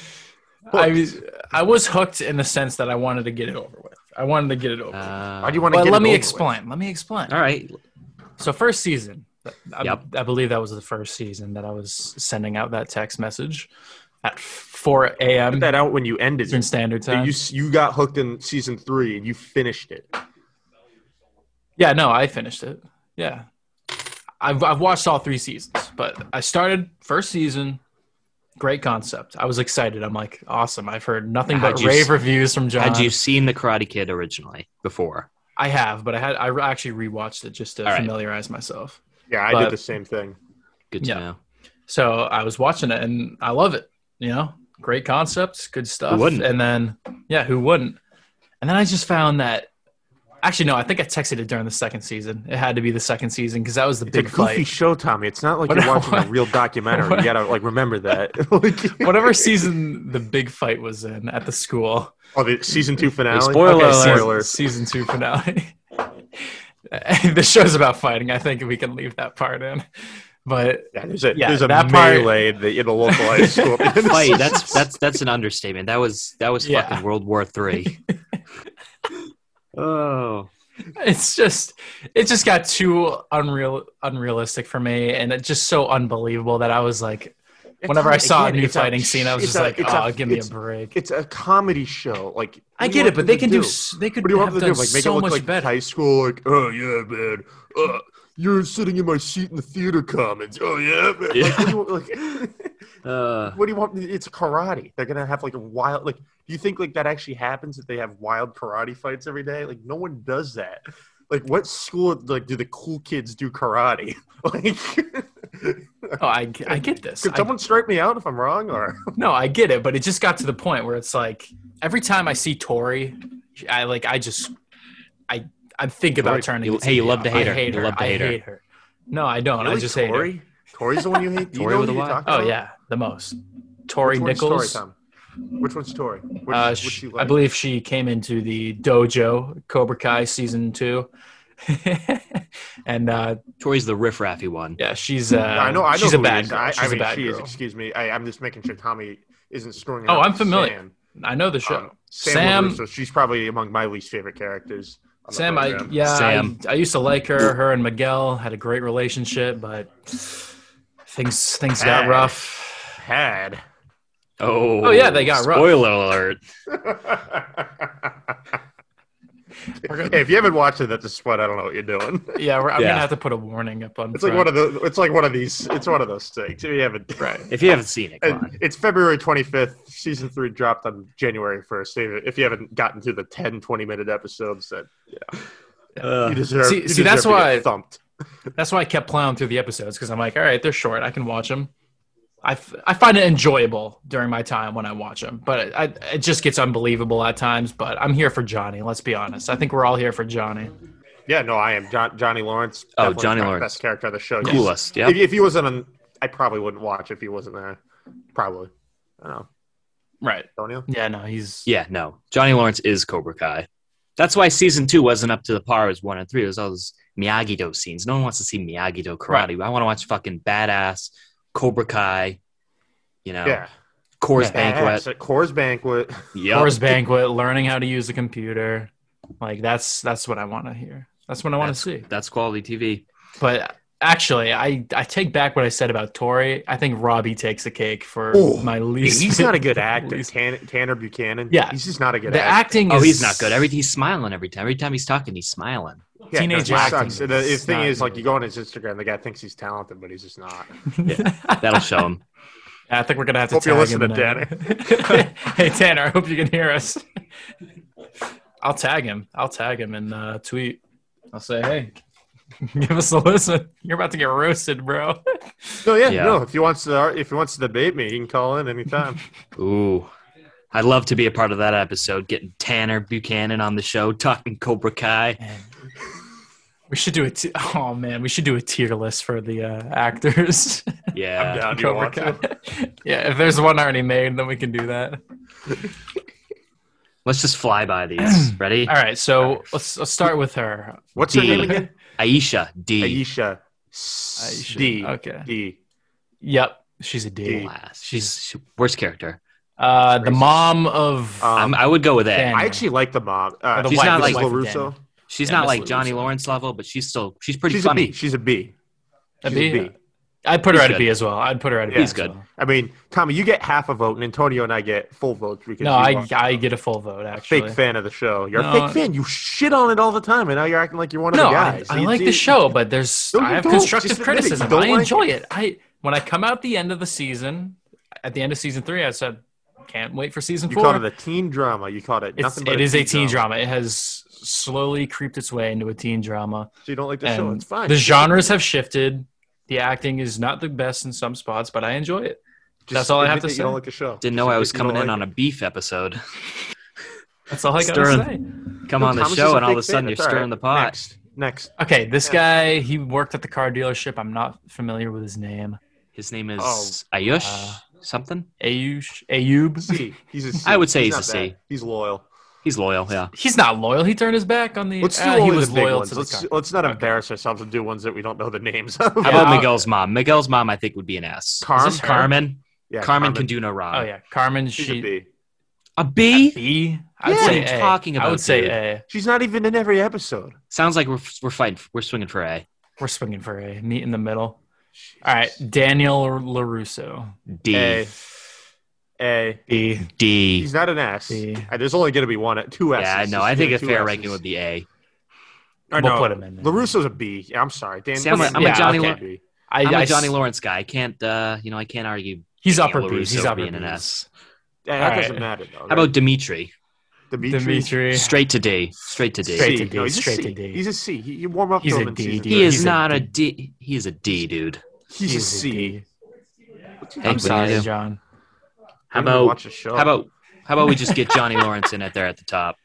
Speaker 2: I was I was hooked in the sense that I wanted to get it over with. I wanted to get it over. with.
Speaker 3: Uh,
Speaker 4: Why do you want to
Speaker 2: But
Speaker 4: get
Speaker 2: let
Speaker 4: it
Speaker 2: me
Speaker 4: over with?
Speaker 2: explain. Let me explain.
Speaker 3: All right.
Speaker 2: So first season, I,
Speaker 3: Yep.
Speaker 2: I believe that was the first season that I was sending out that text message at 4 a.m.
Speaker 4: Put that out when you ended.
Speaker 2: Eastern
Speaker 4: it.
Speaker 2: Standard
Speaker 4: That
Speaker 2: Time.
Speaker 4: You you got hooked in season three and you finished it.
Speaker 2: Yeah, no, I finished it. Yeah. I've, I've watched all three seasons, but I started first season. Great concept. I was excited. I'm like, awesome. I've heard nothing but
Speaker 3: Had you
Speaker 2: rave
Speaker 3: s-
Speaker 2: reviews from John.
Speaker 3: Had you seen the Karate Kid originally before?
Speaker 2: I have, but I had I re- actually rewatched it just to
Speaker 3: All right.
Speaker 2: familiarize myself.
Speaker 4: Yeah, I
Speaker 2: But-
Speaker 4: did the same thing.
Speaker 3: Good to
Speaker 2: Yeah.
Speaker 3: know.
Speaker 2: So I was watching it, and I love it. You know, great concepts, good stuff.
Speaker 3: wouldn't?
Speaker 2: And then, yeah, who wouldn't? And then I just found that. Actually, no. I think I texted it during the second season. It had to be the second season because that was the
Speaker 4: It's
Speaker 2: big
Speaker 4: a goofy
Speaker 2: fight.
Speaker 4: show, Tommy. It's not like
Speaker 2: What-
Speaker 4: you're watching a
Speaker 2: what-
Speaker 4: real documentary. You gotta like remember that. Like-
Speaker 2: whatever season the big fight was in at the school.
Speaker 4: Oh, the season two finale.
Speaker 3: Spoiler
Speaker 4: okay,
Speaker 3: alert.
Speaker 4: spoiler.
Speaker 2: Season, season two finale. the show's about fighting. I think we can leave that part in. But
Speaker 4: Yeah, there's a
Speaker 2: Yeah,
Speaker 4: there's a
Speaker 2: that part-
Speaker 4: melee that in a local high school.
Speaker 3: Fight. That's that's that's an understatement. That was that was
Speaker 2: Yeah.
Speaker 3: fucking World War Three. oh,
Speaker 2: it's just it just got too unreal unrealistic for me and it just so unbelievable that I was like whenever I saw a new fighting scene, I was just like, Oh, give me a
Speaker 4: break.
Speaker 2: break.
Speaker 4: It's a comedy show. Like
Speaker 2: I
Speaker 4: what do
Speaker 2: get
Speaker 4: you
Speaker 2: it,
Speaker 4: want them
Speaker 2: but they
Speaker 4: to
Speaker 2: can do, s they could
Speaker 4: What do you want
Speaker 2: have
Speaker 4: them
Speaker 2: done
Speaker 4: to do? Like make
Speaker 2: so
Speaker 4: it look
Speaker 2: much
Speaker 4: like
Speaker 2: better.
Speaker 4: high school? Like, oh yeah, man. Uh, you're sitting in my seat in the theater commons. Oh yeah, man. Like, what do you want, like,
Speaker 3: uh,
Speaker 4: what do you want? It's karate. They're gonna have like a wild. Like, do you think like that actually happens? That they have wild karate fights every day? Like, no one does that. Like, what school? Like, do the cool kids do karate? Like,
Speaker 2: Oh, I, I get this.
Speaker 4: could
Speaker 2: I
Speaker 4: someone strike me out if I'm wrong? Or
Speaker 2: No, I get it, but it just got to the point where it's like every time I see Tori, I like I just I I think about
Speaker 3: Tori-
Speaker 2: turning.
Speaker 3: you-
Speaker 2: the
Speaker 3: hey, you
Speaker 2: TV
Speaker 3: love to
Speaker 2: off.
Speaker 3: hate
Speaker 2: I
Speaker 3: her.
Speaker 2: hate
Speaker 3: You
Speaker 2: her.
Speaker 3: love to
Speaker 2: I
Speaker 3: hate her.
Speaker 2: hate her. No, I don't. I
Speaker 4: Really,
Speaker 2: just hate her.
Speaker 4: Tori? Tori's the one you hate. Do you
Speaker 3: Tori
Speaker 4: know
Speaker 3: with
Speaker 4: who
Speaker 3: a
Speaker 4: you're
Speaker 3: Y?
Speaker 4: talking
Speaker 2: Oh
Speaker 4: about?
Speaker 2: yeah, the most. Tori
Speaker 4: Which one's
Speaker 2: Nichols.
Speaker 4: Tori, Tom? Which one's Tori? Which,
Speaker 2: uh,
Speaker 4: which
Speaker 2: sh-
Speaker 4: you
Speaker 2: I
Speaker 4: like?
Speaker 2: believe she came into the dojo Cobra
Speaker 4: Mm-hmm.
Speaker 2: Kai season two, and uh,
Speaker 3: Tori's the riffraffy one.
Speaker 2: yeah, she's uh,
Speaker 4: Yeah, Hmm. I know. I know
Speaker 2: she's
Speaker 4: who
Speaker 2: a
Speaker 4: it
Speaker 2: bad
Speaker 4: is.
Speaker 2: girl.
Speaker 4: I,
Speaker 2: she's
Speaker 4: I mean,
Speaker 2: a bad
Speaker 4: she is.
Speaker 2: girl.
Speaker 4: Excuse me. I, I'm just making sure Tommy isn't screwing.
Speaker 2: Oh,
Speaker 4: up
Speaker 2: I'm
Speaker 4: with
Speaker 2: familiar.
Speaker 4: Sam.
Speaker 2: I know the show.
Speaker 4: Um, Sam.
Speaker 2: Sam-
Speaker 4: LaRusso, she's probably among my least favorite characters. on the
Speaker 2: Sam, I
Speaker 4: program.
Speaker 2: yeah,
Speaker 3: Sam.
Speaker 2: I, I used to like her. Her and Miguel had a great relationship, but things things got
Speaker 4: Hey.
Speaker 2: rough.
Speaker 4: had.
Speaker 3: Oh,
Speaker 2: Oh, yeah, they got rough.
Speaker 3: Spoiler alert.
Speaker 2: We're gonna-
Speaker 4: Hey, if you haven't watched it, that's a sweat. I don't know what you're doing.
Speaker 2: yeah, we're, I'm
Speaker 3: Yeah.
Speaker 2: gonna have to put a warning up on.
Speaker 4: It's like one of the. It's like one of these. It's one of those things. If you haven't, right?
Speaker 3: If you haven't Uh, seen it, come on.
Speaker 4: It's February 25th. Season three dropped on January 1st. If- If you haven't gotten through the 10, 20 minute episodes, that you deserve.
Speaker 2: Uh, See-
Speaker 4: you
Speaker 2: see, that's
Speaker 4: deserve to get
Speaker 2: why-
Speaker 4: thumped.
Speaker 2: That's why I kept plowing through the episodes because I'm like, all right, they're short. I can watch them. I, f- I find it enjoyable during my time when I watch them, but I, it just gets unbelievable at times. But I'm here for Johnny. Let's be honest. I think we're all here for Johnny.
Speaker 4: Yeah, no, I am John, Johnny Lawrence.
Speaker 3: Oh,
Speaker 4: definitely
Speaker 3: Johnny
Speaker 4: the
Speaker 3: Lawrence.
Speaker 4: best character of the show. Yes.
Speaker 3: coolest. Yeah.
Speaker 4: If, if he wasn't on, I probably wouldn't watch if he wasn't there. Probably. I don't know.
Speaker 2: Right.
Speaker 4: Don't you?
Speaker 2: Yeah. No, he's
Speaker 3: Yeah, no. Johnny Lawrence is Cobra Kai. That's why season two wasn't up to the par as one and three. It was all those Miyagi Do scenes. No one wants to see Miyagi Do karate. I want to watch fucking badass Cobra Kai, you know,
Speaker 4: Yeah.
Speaker 3: Coors
Speaker 2: Yeah.
Speaker 3: Banquet.
Speaker 4: Banquet. Coors Banquet.
Speaker 3: Yup.
Speaker 2: Coors Banquet, learning how to use a computer. Like that's that's what I want to hear. That's what I want to see.
Speaker 3: That's quality TV.
Speaker 2: But actually, I I take back what I said about Tori. I think Robbie takes the cake for
Speaker 4: Ooh,
Speaker 2: my least.
Speaker 4: He's not a good actor.
Speaker 2: least-
Speaker 4: Tan, Tanner Buchanan.
Speaker 2: Yeah.
Speaker 4: He's just not a good
Speaker 2: the
Speaker 4: actor.
Speaker 2: acting.
Speaker 3: Oh,
Speaker 2: is-
Speaker 3: he's not good. Every he's smiling every time. Every time he's talking, he's smiling.
Speaker 4: Yeah, no,
Speaker 2: teenage
Speaker 4: he
Speaker 2: acting
Speaker 4: sucks. And The,
Speaker 2: is
Speaker 4: the thing
Speaker 2: not
Speaker 4: is, like,
Speaker 2: good.
Speaker 4: you go on his Instagram, the guy thinks he's talented, but he's just not.
Speaker 3: That'll show him.
Speaker 2: I think we're gonna have to.
Speaker 4: Hope you
Speaker 2: tag
Speaker 4: listen
Speaker 2: him
Speaker 4: to
Speaker 2: in that. hey Tanner, I hope you can hear us. I'll tag him. I'll tag him and uh, tweet. I'll say, hey, give us a listen. You're about to get roasted, bro.
Speaker 4: No, yeah,
Speaker 3: Yeah.
Speaker 4: no. If he wants to, if he wants to debate me, he can call in anytime.
Speaker 3: Ooh. I'd love to be a part of that episode, getting Tanner Buchanan on the show, talking Cobra Kai.
Speaker 2: We should do a t- oh man, we should do a tier list for the uh, actors.
Speaker 3: Yeah.
Speaker 4: I'm down. Do you
Speaker 2: Cobra
Speaker 4: want to?
Speaker 2: Kai. yeah, if there's one already made, then we can do that.
Speaker 3: Let's just fly by these. Ready?
Speaker 2: All right, so let's let's start with her.
Speaker 4: What's her
Speaker 3: D.
Speaker 4: name again?
Speaker 3: Aisha D.
Speaker 4: Aisha.
Speaker 2: Aisha.
Speaker 4: D.
Speaker 2: Okay.
Speaker 4: D.
Speaker 2: Yep, she's a D.
Speaker 4: D.
Speaker 3: Alas, She's she- worst character.
Speaker 2: Uh, the mom of
Speaker 4: Um,
Speaker 3: I'm, I would go with that.
Speaker 2: Dan.
Speaker 4: I actually like the mom. Uh,
Speaker 2: Or the
Speaker 3: She's wife, not
Speaker 4: Mrs.
Speaker 3: like-
Speaker 2: wife
Speaker 4: LaRusso.
Speaker 2: of
Speaker 3: She's
Speaker 2: Yeah,
Speaker 3: not
Speaker 2: Miss
Speaker 3: like
Speaker 2: Lou
Speaker 3: Johnny
Speaker 2: Russo.
Speaker 3: Lawrence level, but she's still she's pretty
Speaker 4: She's a
Speaker 3: funny.
Speaker 4: B. She's a B.
Speaker 2: a
Speaker 4: She's
Speaker 2: B.
Speaker 4: a B.
Speaker 2: I'd put her
Speaker 3: He's
Speaker 2: at a B
Speaker 3: good.
Speaker 2: as well. I'd put her at a B.
Speaker 4: Yeah.
Speaker 3: He's
Speaker 2: as
Speaker 3: good.
Speaker 2: well.
Speaker 4: I mean, Tommy, you get half a vote, and Antonio and I get full votes because
Speaker 2: No,
Speaker 4: you
Speaker 2: I
Speaker 4: are
Speaker 2: I get a full vote
Speaker 4: a
Speaker 2: actually.
Speaker 4: fake fan of the show. You're
Speaker 2: No,
Speaker 4: a fake fan. You shit on it all the time, and now you're acting like you're one of
Speaker 2: No,
Speaker 4: the
Speaker 2: I,
Speaker 4: guys.
Speaker 2: I
Speaker 4: You-
Speaker 2: like the
Speaker 4: you-
Speaker 2: show, but there's
Speaker 4: No, you
Speaker 2: I have
Speaker 4: don't.
Speaker 2: constructive
Speaker 4: Just admit it. You
Speaker 2: criticism.
Speaker 4: don't
Speaker 2: I
Speaker 4: like
Speaker 2: enjoy it. I when I come out the end of the season, at the end of season three, I said, can't wait for season
Speaker 4: You
Speaker 2: four.
Speaker 4: called it a teen drama. You called it
Speaker 2: it's,
Speaker 4: nothing. But
Speaker 2: it is a teen drama. It has slowly creeped its way into a teen drama.
Speaker 4: So you don't like the show.
Speaker 2: And
Speaker 4: It's fine.
Speaker 2: The genres have shifted. The acting is not the best in some spots, but I enjoy it.
Speaker 4: Just
Speaker 2: that's all I have
Speaker 4: admit
Speaker 2: to
Speaker 4: that You
Speaker 2: say.
Speaker 4: don't like the show.
Speaker 3: Didn't know I was coming in on a beef episode.
Speaker 2: That's all I got to
Speaker 3: Stirring.
Speaker 2: say.
Speaker 3: Come on the show, and all of a sudden you're stirring the pot.
Speaker 4: Next. Next.
Speaker 2: Okay, this
Speaker 4: Yeah.
Speaker 2: guy, he worked at the car dealership. I'm not familiar with his name.
Speaker 3: His name is
Speaker 4: Oh,
Speaker 3: Ayush
Speaker 2: uh,
Speaker 3: something.
Speaker 2: Ayush, Ayub.
Speaker 4: C. He's a C.
Speaker 3: I would say he's
Speaker 4: not
Speaker 3: a C.
Speaker 4: bad. He's loyal.
Speaker 3: He's loyal. Yeah.
Speaker 2: He's not loyal. He turned his back on the.
Speaker 4: Let's do
Speaker 2: Ah,
Speaker 4: only
Speaker 2: he was
Speaker 4: the big
Speaker 2: loyal
Speaker 4: ones.
Speaker 2: to the
Speaker 4: Let's,
Speaker 2: car.
Speaker 4: let's not embarrass ourselves and do ones that we don't know the names of.
Speaker 3: How
Speaker 2: Yeah,
Speaker 3: about
Speaker 2: I'll-
Speaker 3: Miguel's mom? Miguel's mom, I think, would be an S.
Speaker 4: Carm?
Speaker 3: Is this Carmen?
Speaker 4: Yeah,
Speaker 3: Carmen, can do no wrong.
Speaker 2: Oh yeah, Carmen.
Speaker 4: She's
Speaker 2: She
Speaker 4: a B.
Speaker 3: A B?
Speaker 2: B? I'd
Speaker 4: Yeah.
Speaker 2: say
Speaker 3: What are you
Speaker 2: A.
Speaker 3: talking
Speaker 2: I
Speaker 3: about,
Speaker 2: would say
Speaker 3: dude?
Speaker 2: A.
Speaker 4: She's not even in every episode.
Speaker 3: Sounds like we're we're fighting. We're swinging for A.
Speaker 2: We're swinging for A. Meet in the middle. All right, Daniel Larusso.
Speaker 3: D.
Speaker 4: A. A.
Speaker 2: B.
Speaker 3: D.
Speaker 4: He's not an S.
Speaker 2: B.
Speaker 4: Uh, There's only going to be one, two S's.
Speaker 3: Yeah, no, I think a fair ranking would be A.
Speaker 2: We'll put him in. There.
Speaker 4: Larusso's a B. Yeah, I'm sorry, Dan.
Speaker 3: See, I'm a-
Speaker 4: Larusso's
Speaker 2: I'm a Johnny
Speaker 4: B.
Speaker 3: Lo-
Speaker 4: B.
Speaker 2: I,
Speaker 3: I'm
Speaker 2: I
Speaker 3: a
Speaker 2: s-
Speaker 3: Johnny Lawrence guy. I can't, uh, you know, I can't argue.
Speaker 2: He's
Speaker 3: Daniel
Speaker 2: upper B's. He's
Speaker 3: LaRusso
Speaker 2: upper
Speaker 3: being an
Speaker 2: B's.
Speaker 3: S.
Speaker 4: Yeah,
Speaker 2: All
Speaker 4: that
Speaker 2: right.
Speaker 4: doesn't matter though.
Speaker 3: How about Dimitri?
Speaker 4: Dimitri?
Speaker 2: Dimitri.
Speaker 3: Straight to D. Straight to D.
Speaker 2: Straight
Speaker 4: C.
Speaker 2: to D,
Speaker 4: he's a
Speaker 2: straight
Speaker 4: C.
Speaker 2: to D.
Speaker 4: He's a C. He, you warm up
Speaker 2: He's
Speaker 4: to
Speaker 2: a
Speaker 4: him in
Speaker 2: D,
Speaker 4: season
Speaker 2: dude.
Speaker 3: He
Speaker 4: three.
Speaker 3: is
Speaker 2: He's a
Speaker 3: not a D. He is a D, dude.
Speaker 4: He's a
Speaker 2: He's a
Speaker 4: C.
Speaker 2: D.
Speaker 3: Hey,
Speaker 2: I'm
Speaker 3: what do you do?
Speaker 2: sorry, John.
Speaker 3: How
Speaker 4: I don't even
Speaker 3: about
Speaker 4: watch the show?
Speaker 3: how about how about we just get Johnny Lawrence in at there at the top?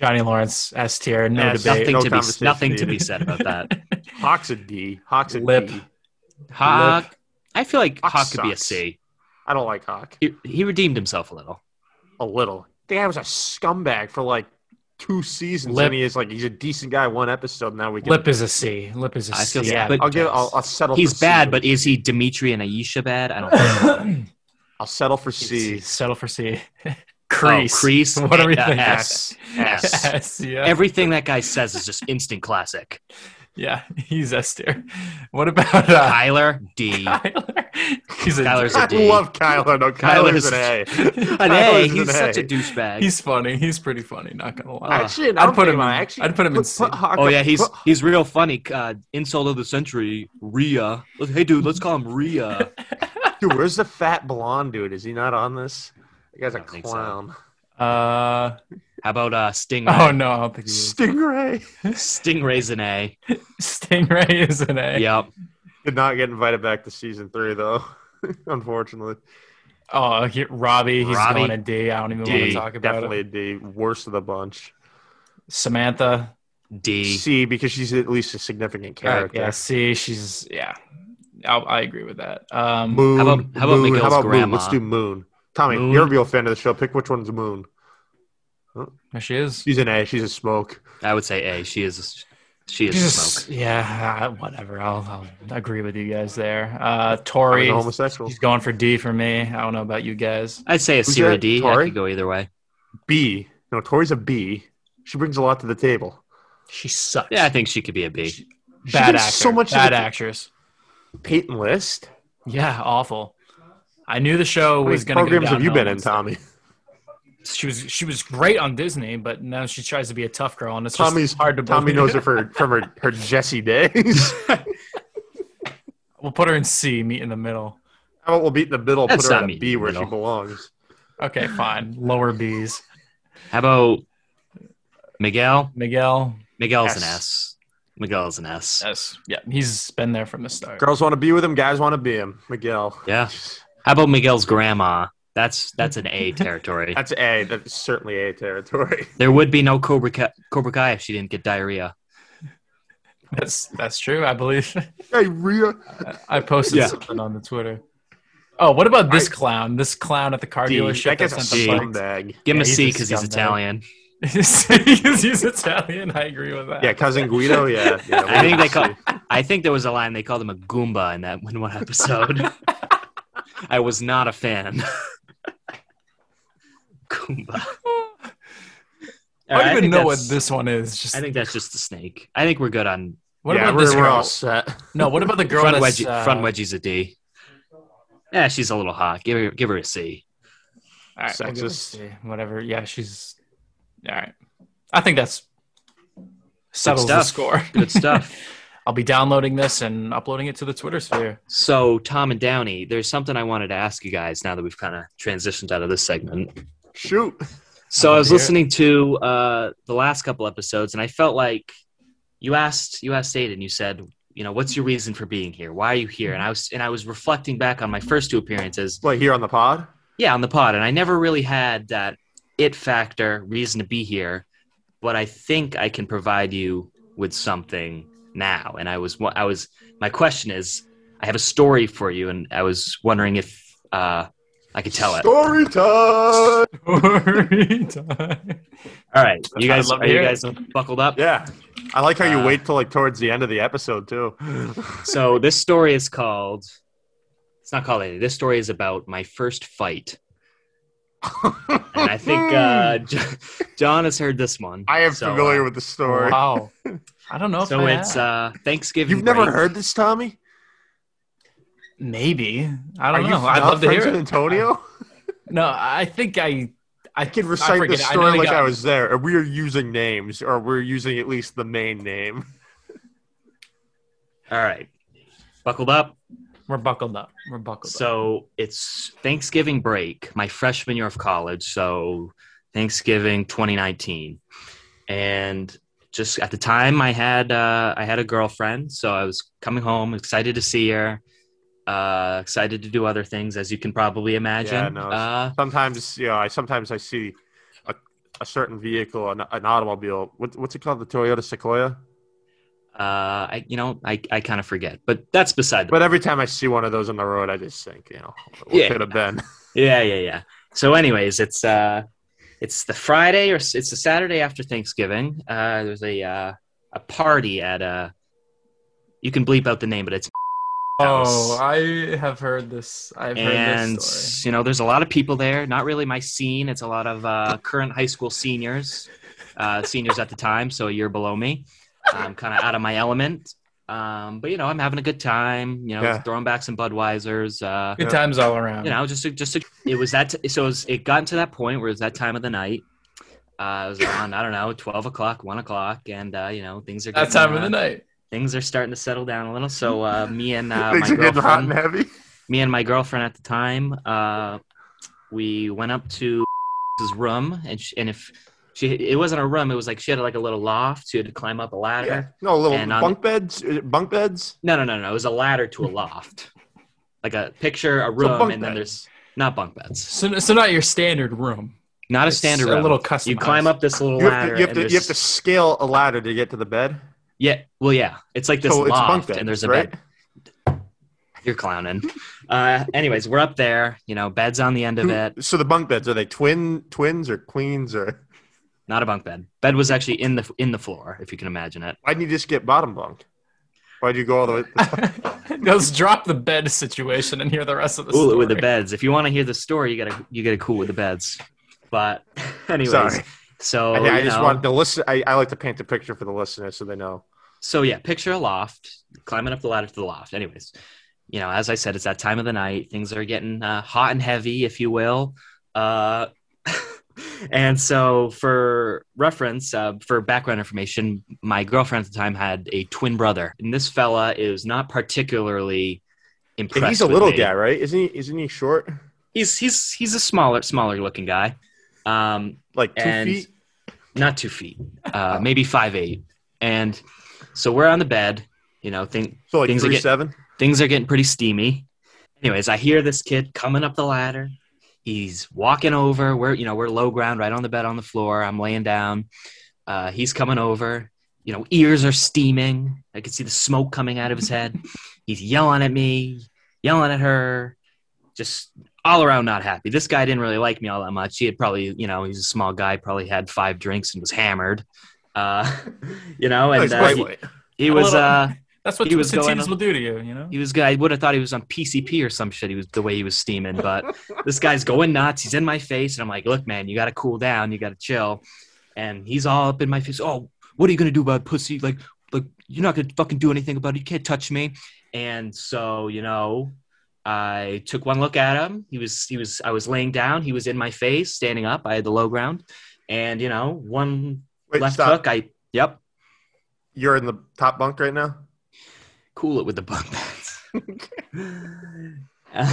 Speaker 2: Johnny Lawrence, S tier. No
Speaker 4: Yes.
Speaker 2: debate.
Speaker 3: Nothing
Speaker 4: no
Speaker 3: to be
Speaker 4: conversation
Speaker 3: nothing to be
Speaker 4: needed.
Speaker 3: said about that.
Speaker 4: Hawk's a D? Hawk's a
Speaker 2: Lip.
Speaker 4: D.
Speaker 3: Hawk. I feel like
Speaker 4: Hawk
Speaker 3: Hawk could be a
Speaker 4: sucks.
Speaker 3: C.
Speaker 4: I don't like Hawk
Speaker 3: He, he redeemed himself a little.
Speaker 4: a little. The guy was a scumbag for like two seasons,
Speaker 2: Lip.
Speaker 4: and he is like he's a decent guy one episode. Now we can.
Speaker 2: Lip is a C. Lip is a
Speaker 3: I
Speaker 2: C.
Speaker 3: feel
Speaker 2: Yeah,
Speaker 3: sad, but
Speaker 4: I'll give. I'll, I'll settle.
Speaker 3: He's
Speaker 4: for
Speaker 3: bad,
Speaker 4: C.
Speaker 3: but is he Dimitri and Aisha bad? I don't think.
Speaker 4: I'll settle for C.
Speaker 2: Settle for C.
Speaker 3: Oh,
Speaker 2: Crease.
Speaker 3: Crease.
Speaker 2: What are we
Speaker 3: Uh,
Speaker 2: thinking?
Speaker 3: S. S.
Speaker 2: S. Yeah.
Speaker 3: Everything that guy says is just instant classic.
Speaker 2: yeah. He's S tier. What about uh,
Speaker 3: Tyler D.
Speaker 2: Tyler? he's a,
Speaker 3: Tyler's
Speaker 4: I
Speaker 3: a D.
Speaker 4: love Kylo. No, Kyler's
Speaker 3: Kyler's-
Speaker 4: an A.
Speaker 3: An
Speaker 4: Tyler's
Speaker 3: A.
Speaker 4: an
Speaker 3: He's such
Speaker 4: A.
Speaker 3: a douchebag.
Speaker 2: he's funny. He's pretty funny. Not gonna lie.
Speaker 4: Actually,
Speaker 2: I'd
Speaker 4: I'm
Speaker 2: put him
Speaker 4: thinking,
Speaker 2: in-
Speaker 4: Actually,
Speaker 2: I'd put him in
Speaker 4: put-
Speaker 2: C.
Speaker 4: put Hawkeye-
Speaker 3: oh yeah, he's
Speaker 4: put-
Speaker 3: he's real funny. Uh, insult of the century, Rhea. Let's- Hey dude, let's call him Rhea.
Speaker 4: dude. Where's the fat blonde dude? Is he not on this? That guy's
Speaker 3: I
Speaker 4: a
Speaker 3: don't think so.
Speaker 4: clown.
Speaker 2: Uh,
Speaker 3: How about uh, Stingray?
Speaker 2: oh no, I don't think he is.
Speaker 4: Stingray
Speaker 3: Stingray's an A.
Speaker 2: Stingray is an A.
Speaker 3: Yep.
Speaker 4: did not get invited back to season three though, unfortunately.
Speaker 2: Oh, he, Robbie, he's
Speaker 3: Robbie?
Speaker 2: going a D. I don't even want
Speaker 3: D,
Speaker 2: to talk about
Speaker 4: Definitely
Speaker 2: it.
Speaker 4: the worst of the bunch.
Speaker 2: Samantha.
Speaker 3: D.
Speaker 4: C because she's at least a significant
Speaker 2: All right,
Speaker 4: character.
Speaker 2: yeah. C. She's yeah. I, I agree with that. Um,
Speaker 4: Moon.
Speaker 3: How about- how about
Speaker 4: Moon,
Speaker 3: Miguel's
Speaker 4: Moon?
Speaker 3: grandma?
Speaker 4: Let's do Moon. Tommy,
Speaker 3: Moon.
Speaker 4: you're a real fan of the show. Pick which one's Moon.
Speaker 2: there she is.
Speaker 4: She's an A. She's a smoke.
Speaker 3: I would say A. She is. She is
Speaker 2: Just-
Speaker 3: smoke.
Speaker 2: yeah, uh, whatever. I'll, I'll agree with you guys there. Uh,
Speaker 4: I'm a
Speaker 2: Tori,
Speaker 4: homosexual.
Speaker 2: he's going for D for me. I don't know about you guys.
Speaker 3: I'd say a
Speaker 4: Who's
Speaker 3: C or a
Speaker 4: that?
Speaker 3: D. I
Speaker 4: Tori?
Speaker 3: could go either way.
Speaker 4: B. No, Tori's a B. She brings a lot to the table.
Speaker 2: She sucks.
Speaker 3: Yeah, I think she could be a B.
Speaker 2: She- bad
Speaker 4: brings
Speaker 2: actor.
Speaker 4: so much to
Speaker 2: bad
Speaker 4: the-
Speaker 2: actress.
Speaker 4: Peyton List.
Speaker 2: Yeah, awful. I knew the show
Speaker 4: How many
Speaker 2: was going to go
Speaker 4: programs have you
Speaker 2: downhill
Speaker 4: been in,
Speaker 2: once-
Speaker 4: Tommy?
Speaker 2: She was she was great on Disney, but now she tries to be a tough girl, and it's just
Speaker 4: Tommy's
Speaker 2: hard to.
Speaker 4: Tommy
Speaker 2: believe.
Speaker 4: knows her for, from her, her Jesse days. how
Speaker 2: We'll put her in C, meet in the middle.
Speaker 4: about we'll beat in the middle,
Speaker 3: That's
Speaker 4: put her
Speaker 3: not
Speaker 4: in
Speaker 3: me,
Speaker 4: a B where she
Speaker 3: middle.
Speaker 4: belongs.
Speaker 2: Okay, fine. Lower B's.
Speaker 3: How about Miguel?
Speaker 2: Miguel.
Speaker 3: Miguel's an
Speaker 4: S.
Speaker 3: S. Miguel's an S.
Speaker 2: Yes. Yeah, he's been there from the start.
Speaker 4: Girls want to be with him. Guys want to be him. Miguel.
Speaker 3: Yeah. How about Miguel's grandma? That's that's an A territory.
Speaker 4: That's A. That's certainly A territory.
Speaker 3: there would be no Cobra Kai, Cobra Kai if she didn't get diarrhea.
Speaker 2: That's that's true. I believe.
Speaker 4: Hey, Rhea.
Speaker 2: I posted
Speaker 3: Yeah.
Speaker 2: something on the Twitter. Oh, what about this clown? This clown at the car
Speaker 4: D.
Speaker 2: dealership
Speaker 4: That guy's a
Speaker 3: D.
Speaker 2: sent the
Speaker 4: scumbag.
Speaker 3: Give him
Speaker 2: Yeah,
Speaker 3: a
Speaker 2: he's
Speaker 3: C
Speaker 2: a
Speaker 3: because he's
Speaker 2: scumbag.
Speaker 3: Italian.
Speaker 2: bikes. because he's Italian. I agree with that.
Speaker 4: Yeah, cousin Guido. Yeah, yeah
Speaker 3: I think they
Speaker 4: we'll
Speaker 3: call.
Speaker 4: see.
Speaker 3: I think there was a line they called him a Goomba in that in one episode. I was not a fan. Goomba.
Speaker 2: I don't
Speaker 3: Alright,
Speaker 2: even
Speaker 3: think
Speaker 2: know what
Speaker 3: that's-
Speaker 2: this one is. Just
Speaker 3: I think that's just the snake. I think we're good on
Speaker 2: what
Speaker 4: yeah,
Speaker 2: about
Speaker 4: we're,
Speaker 2: this
Speaker 4: we're
Speaker 2: girl?
Speaker 4: all set.
Speaker 2: No, what about the girl
Speaker 3: front
Speaker 2: that's
Speaker 3: wedgie.
Speaker 2: uh,
Speaker 3: front wedgie's a D. Yeah, she's a little hot. Give her give her a C.
Speaker 2: all right, we'll uh, give her a
Speaker 4: Sexist.
Speaker 2: C, Whatever. Yeah, she's all right. I think that's settles the
Speaker 3: stuff.
Speaker 2: score.
Speaker 3: Good stuff.
Speaker 2: I'll be downloading this and uploading it to the Twitter sphere.
Speaker 3: So, Tom and Downey, there's something I wanted to ask you guys now that we've kind of transitioned out of this segment.
Speaker 4: Shoot.
Speaker 3: So,
Speaker 2: Oh,
Speaker 3: I was
Speaker 2: dear.
Speaker 3: listening to uh, the last couple episodes, and I felt like you asked you asked Aiden, you said, you know, what's your reason for being here? Why are you here? And I was and I was reflecting back on my first two appearances,
Speaker 4: Like here on the pod.
Speaker 3: yeah, on the pod, and I never really had that it factor reason to be here, but I think I can provide you with something now. And I was, I was, my question is, I have a story for you, and I was wondering if uh, I could tell it.
Speaker 4: Story time.
Speaker 2: All
Speaker 3: All right, you guys,
Speaker 2: I'd love
Speaker 3: are
Speaker 2: to
Speaker 3: you
Speaker 2: hear
Speaker 3: guys buckled up?
Speaker 4: Yeah, I like how you
Speaker 3: Uh,
Speaker 4: wait till like towards the end of the episode too.
Speaker 3: So this story is called. It's not called anything. This story is about my first fight, and I think uh, Jo- John has heard this one.
Speaker 4: I am
Speaker 3: So,
Speaker 4: familiar
Speaker 3: uh,
Speaker 4: with the story.
Speaker 2: Wow. I don't know if
Speaker 3: So
Speaker 2: I
Speaker 3: it's
Speaker 2: have.
Speaker 3: uh, Thanksgiving.
Speaker 4: You've never
Speaker 3: break.
Speaker 4: heard this, Tommy?
Speaker 2: Maybe. I don't
Speaker 4: Are
Speaker 2: know.
Speaker 4: You
Speaker 2: I'd
Speaker 4: not
Speaker 2: love to
Speaker 4: friends
Speaker 2: hear
Speaker 4: with
Speaker 2: it.
Speaker 4: Antonio.
Speaker 2: No, I think I. I
Speaker 4: I can recite
Speaker 2: forget.
Speaker 4: the
Speaker 2: I know
Speaker 4: story
Speaker 2: they
Speaker 4: like
Speaker 2: got-
Speaker 4: I was there, and we are using names, or we're using at least the main name.
Speaker 3: All right. Buckled up.
Speaker 2: We're buckled up. We're buckled up.
Speaker 3: So it's Thanksgiving break, my freshman year of college. So Thanksgiving 2019. And just at the time I had uh, I had a girlfriend, so I was coming home, excited to see her, uh, excited to do other things, as you can probably imagine.
Speaker 4: Yeah, no, it's-
Speaker 3: uh,
Speaker 4: Sometimes, you know, I sometimes I see a, a certain vehicle, an, an automobile. What, what's it called? The Toyota Sequoia.
Speaker 3: uh, I, you know, I, I kind of forget, but that's beside the
Speaker 4: But every time I see one of those on the road, I just think, you know, what
Speaker 3: Yeah.
Speaker 4: could have been?
Speaker 3: Yeah, yeah, yeah. So, anyways, it's uh, it's the Friday or s- it's the Saturday after Thanksgiving. Uh, there's a uh, a party at uh You can bleep out the name, but it's
Speaker 2: oh, I have heard this. I've heard
Speaker 3: and
Speaker 2: this story.
Speaker 3: you know, there's a lot of people there. Not really my scene. It's a lot of uh, current high school seniors, uh, seniors at the time, so a year below me. I'm kind of out of my element. Um, but you know, I'm having a good time. You know,
Speaker 4: Yeah.
Speaker 3: throwing back some Budweisers. Uh,
Speaker 2: Good times all around.
Speaker 3: you know, just to, just to, it was that. T- so it, was, it got to that point where it was that time of the night. Uh, it was around I don't know, twelve o'clock, one o'clock, and uh, you know things are
Speaker 2: that
Speaker 3: getting,
Speaker 2: time of
Speaker 3: uh,
Speaker 2: the night.
Speaker 3: Things are starting to settle down a little. So uh, me and uh,
Speaker 4: Things
Speaker 3: my
Speaker 4: are getting hot and
Speaker 3: girlfriend,
Speaker 4: heavy.
Speaker 3: me and my girlfriend at the time, uh, we went up to his room, and she, and if she, it wasn't a room, it was like she had like a little loft. She had to climb up a ladder.
Speaker 4: Yeah. No, little
Speaker 3: And on-
Speaker 4: bunk beds. uh, Bunk beds.
Speaker 3: No, no, no, no. It was a ladder to a loft, like a picture, a room,
Speaker 4: bunk
Speaker 3: and then
Speaker 4: bed.
Speaker 3: there's not bunk beds,
Speaker 2: So, so not your standard room.
Speaker 3: not a
Speaker 2: It's
Speaker 3: standard.
Speaker 2: A
Speaker 3: room.
Speaker 2: little customized.
Speaker 3: You climb up this little
Speaker 4: You have,
Speaker 3: ladder.
Speaker 4: to, you,
Speaker 3: and
Speaker 4: have to, you
Speaker 3: there's-
Speaker 4: have to scale a ladder to get to the bed.
Speaker 3: Yeah, well, yeah. It's like this
Speaker 4: so it's bunk
Speaker 3: loft,
Speaker 4: beds,
Speaker 3: and there's a
Speaker 4: right?
Speaker 3: bed. You're clowning. Uh, anyways, we're up there. You know, beds on the end of
Speaker 4: Who-
Speaker 3: it.
Speaker 4: So the bunk beds are they twin twins or queens or?
Speaker 3: Not a bunk bed. Bed was actually in the in the floor, if you can imagine it.
Speaker 4: Why'd you just get bottom bunk? Why'd you go all the way?
Speaker 2: Let's drop the bed situation and hear the rest of the
Speaker 3: Cool
Speaker 2: story.
Speaker 3: it with the beds. If you want to hear the story, you gotta you gotta cool with the beds. But anyways,
Speaker 4: Sorry,
Speaker 3: so
Speaker 4: I, I
Speaker 3: you
Speaker 4: just
Speaker 3: know,
Speaker 4: wanted to listen. I, I like to paint the picture for the listener so they know.
Speaker 3: so yeah, picture a loft, climbing up the ladder to the loft. Anyways, you know, as I said, it's that time of the night. Things are getting uh, hot and heavy, if you will. Uh, and so, for reference, uh, for background information, my girlfriend at the time had a twin brother, and this fella is not particularly impressed.
Speaker 4: And he's a
Speaker 3: with
Speaker 4: little
Speaker 3: me.
Speaker 4: guy, right? Isn't he? Isn't he short?
Speaker 3: He's he's he's a smaller smaller looking guy. Um,
Speaker 4: Like two
Speaker 3: and
Speaker 4: feet.
Speaker 3: not two feet, uh, maybe five eight. And so we're on the bed. You know, think
Speaker 4: So like
Speaker 3: things are
Speaker 4: three
Speaker 3: get-
Speaker 4: seven.
Speaker 3: things are getting pretty steamy. Anyways, I hear this kid coming up the ladder. He's walking over. We're you know we're low ground, right on the bed on the floor. I'm laying down. Uh, he's coming over. You know, ears are steaming. I can see the smoke coming out of his head. he's yelling at me, yelling at her, just all around not happy. This guy didn't really like me all that much. He had probably you know he's a small guy, probably had five drinks and was hammered. Uh, you know,
Speaker 4: Oh,
Speaker 3: and
Speaker 4: he's
Speaker 3: uh, he,
Speaker 4: lightweight.
Speaker 3: he was.
Speaker 2: A little-
Speaker 3: Uh,
Speaker 2: That's what
Speaker 3: He was going
Speaker 2: tatinas
Speaker 3: on-
Speaker 2: will do to you, you know?
Speaker 3: he was. I would have thought he was on PCP or some shit. He was the way he was steaming, but this guy's going nuts. He's in my face, and I'm like, "Look, man, you got to cool down. You got to chill." And he's all up in my face. Oh, what are you gonna do about it, pussy? Like, like you're not gonna fucking do anything about it. You can't touch me. And so, you know, I took one look at him. He was, he was. I was laying down. He was in my face, standing up. I had the low ground, and you know, one
Speaker 4: Wait,
Speaker 3: left
Speaker 4: stop.
Speaker 3: hook. I yep,
Speaker 4: You're in the top bunk right now.
Speaker 3: cool it with the bunk beds.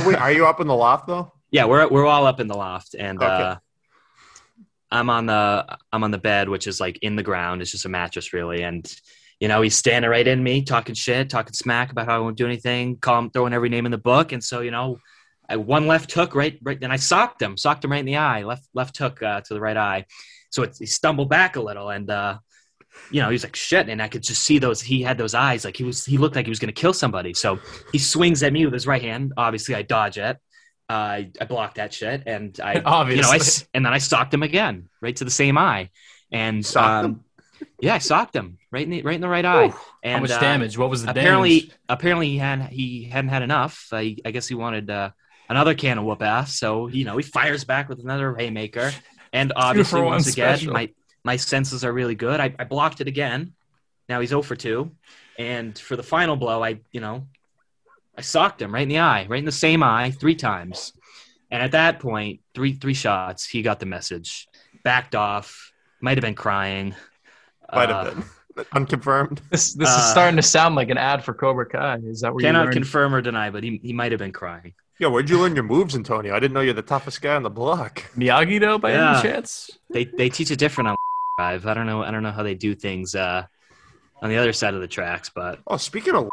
Speaker 4: Wait, are you up in the loft though?
Speaker 3: Yeah, we're we're all up in the loft, and
Speaker 4: Okay.
Speaker 3: uh, I'm on the I'm on the bed, which is like in the ground. It's just a mattress, really. And you know, he's standing right in me, talking shit, talking smack about how I won't do anything, call him, throwing every name in the book. And so, you know, I, one left hook, right, right, and I socked him, socked him right in the eye, left left hook uh, to the right eye. So it, he stumbled back a little, and uh, you know, he was like shit, and I could just see those. He had those eyes, like he was he looked like he was gonna kill somebody. So he swings at me with his right hand. Obviously, I dodge it. I I block that shit, and I
Speaker 2: Obviously.
Speaker 3: you know, I s and then I socked him again, right to the same eye, and
Speaker 4: Socked
Speaker 3: um, yeah, I socked him right in the right in the right eye. And
Speaker 2: How much
Speaker 3: uh,
Speaker 2: damage? What was the
Speaker 3: Apparently,
Speaker 2: damage?
Speaker 3: apparently he had he hadn't had enough. I, I guess he wanted uh, another can of whoop ass. So you know, he fires back with another haymaker, and obviously
Speaker 2: one
Speaker 3: once again,
Speaker 2: special.
Speaker 3: my my senses are really good. I, I blocked it again. Now he's 0 for two, and for the final blow, I you know, I socked him right in the eye, right in the same eye, three times. And at that point, three three shots, he got the message, backed off, might have been crying.
Speaker 4: Might
Speaker 3: Uh,
Speaker 4: have been unconfirmed.
Speaker 2: This, this
Speaker 3: uh,
Speaker 2: is starting to sound like an ad for Cobra Kai. Is that where you
Speaker 3: Cannot
Speaker 2: learned-
Speaker 3: confirm or deny, but he, he might have been crying.
Speaker 4: Yeah, where'd you learn your moves, Antonio? I didn't know you're the toughest guy on the block.
Speaker 2: Miyagi Do by
Speaker 3: Yeah.
Speaker 2: any chance?
Speaker 3: They they teach it different on drive. I don't know. I don't know how they do things uh, on the other side of the tracks, but
Speaker 4: Oh, speaking of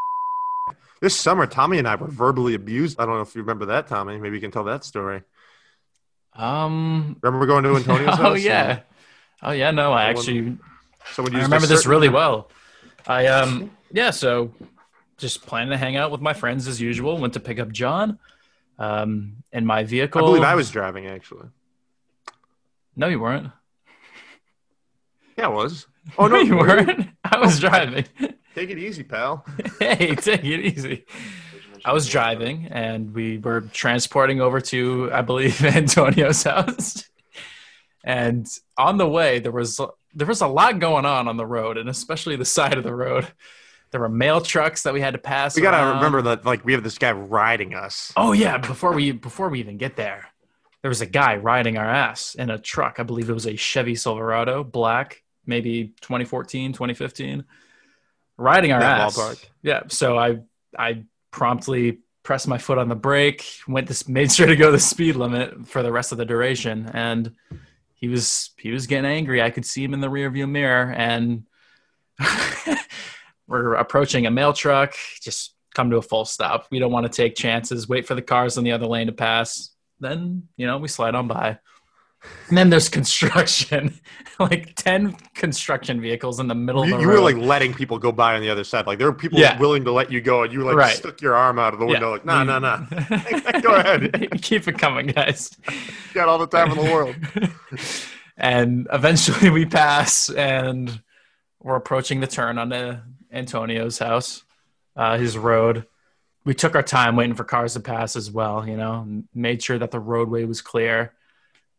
Speaker 4: this summer, Tommy and I were verbally abused. I don't know if you remember that, Tommy. Maybe you can tell that story.
Speaker 2: Um.
Speaker 4: Remember going to Antonio's house?
Speaker 2: oh yeah. Oh yeah. No, I
Speaker 4: I
Speaker 2: actually
Speaker 4: So when you
Speaker 2: I remember this really well. I um yeah, so just planning to hang out with my friends as usual. Went to pick up John, um, in my
Speaker 4: I
Speaker 2: vehicle.
Speaker 4: believe I was driving actually.
Speaker 2: No, you weren't.
Speaker 4: Yeah, I was. Oh no,
Speaker 2: you weren't. I was driving.
Speaker 4: Take it easy, pal.
Speaker 2: hey, take it easy. I was driving, and we were transporting over to, I believe, Antonio's house. And on the way, there was there was a lot going on on the road, and especially the side of the road. There were mail trucks that we had to pass.
Speaker 4: We gotta
Speaker 2: around.
Speaker 4: remember that like we have this guy riding us.
Speaker 2: Oh yeah, before we before we even get there, there was a guy riding our ass in a truck. I believe it was a Chevy Silverado, black, maybe 2014, 2015, riding our
Speaker 4: That
Speaker 2: ass.
Speaker 4: ballpark.
Speaker 2: Yeah, so I I promptly pressed my foot on the brake, went this made sure to go the speed limit for the rest of the duration and he was he was getting angry. I could see him in the rearview mirror and we're approaching a mail truck, just come to a full stop. We don't want to take chances, wait for the cars on the other lane to pass. Then, you know, we slide on by. And then there's construction, like 10 construction vehicles in the middle of
Speaker 4: You,
Speaker 2: the
Speaker 4: you
Speaker 2: road.
Speaker 4: were like letting people go by on the other side. Like there were people
Speaker 2: Yeah.
Speaker 4: willing to let you go, and you like
Speaker 2: Right.
Speaker 4: stuck your arm out of the
Speaker 2: Yeah. Mm.
Speaker 4: window. Like no, no, no.
Speaker 2: no.
Speaker 4: Go ahead.
Speaker 2: Keep it coming, guys.
Speaker 4: Got all the time in the world.
Speaker 2: and eventually we pass and we're approaching the turn on uh, Antonio's house, uh, his road. We took our time waiting for cars to pass as well, you know, and made sure that the roadway was clear.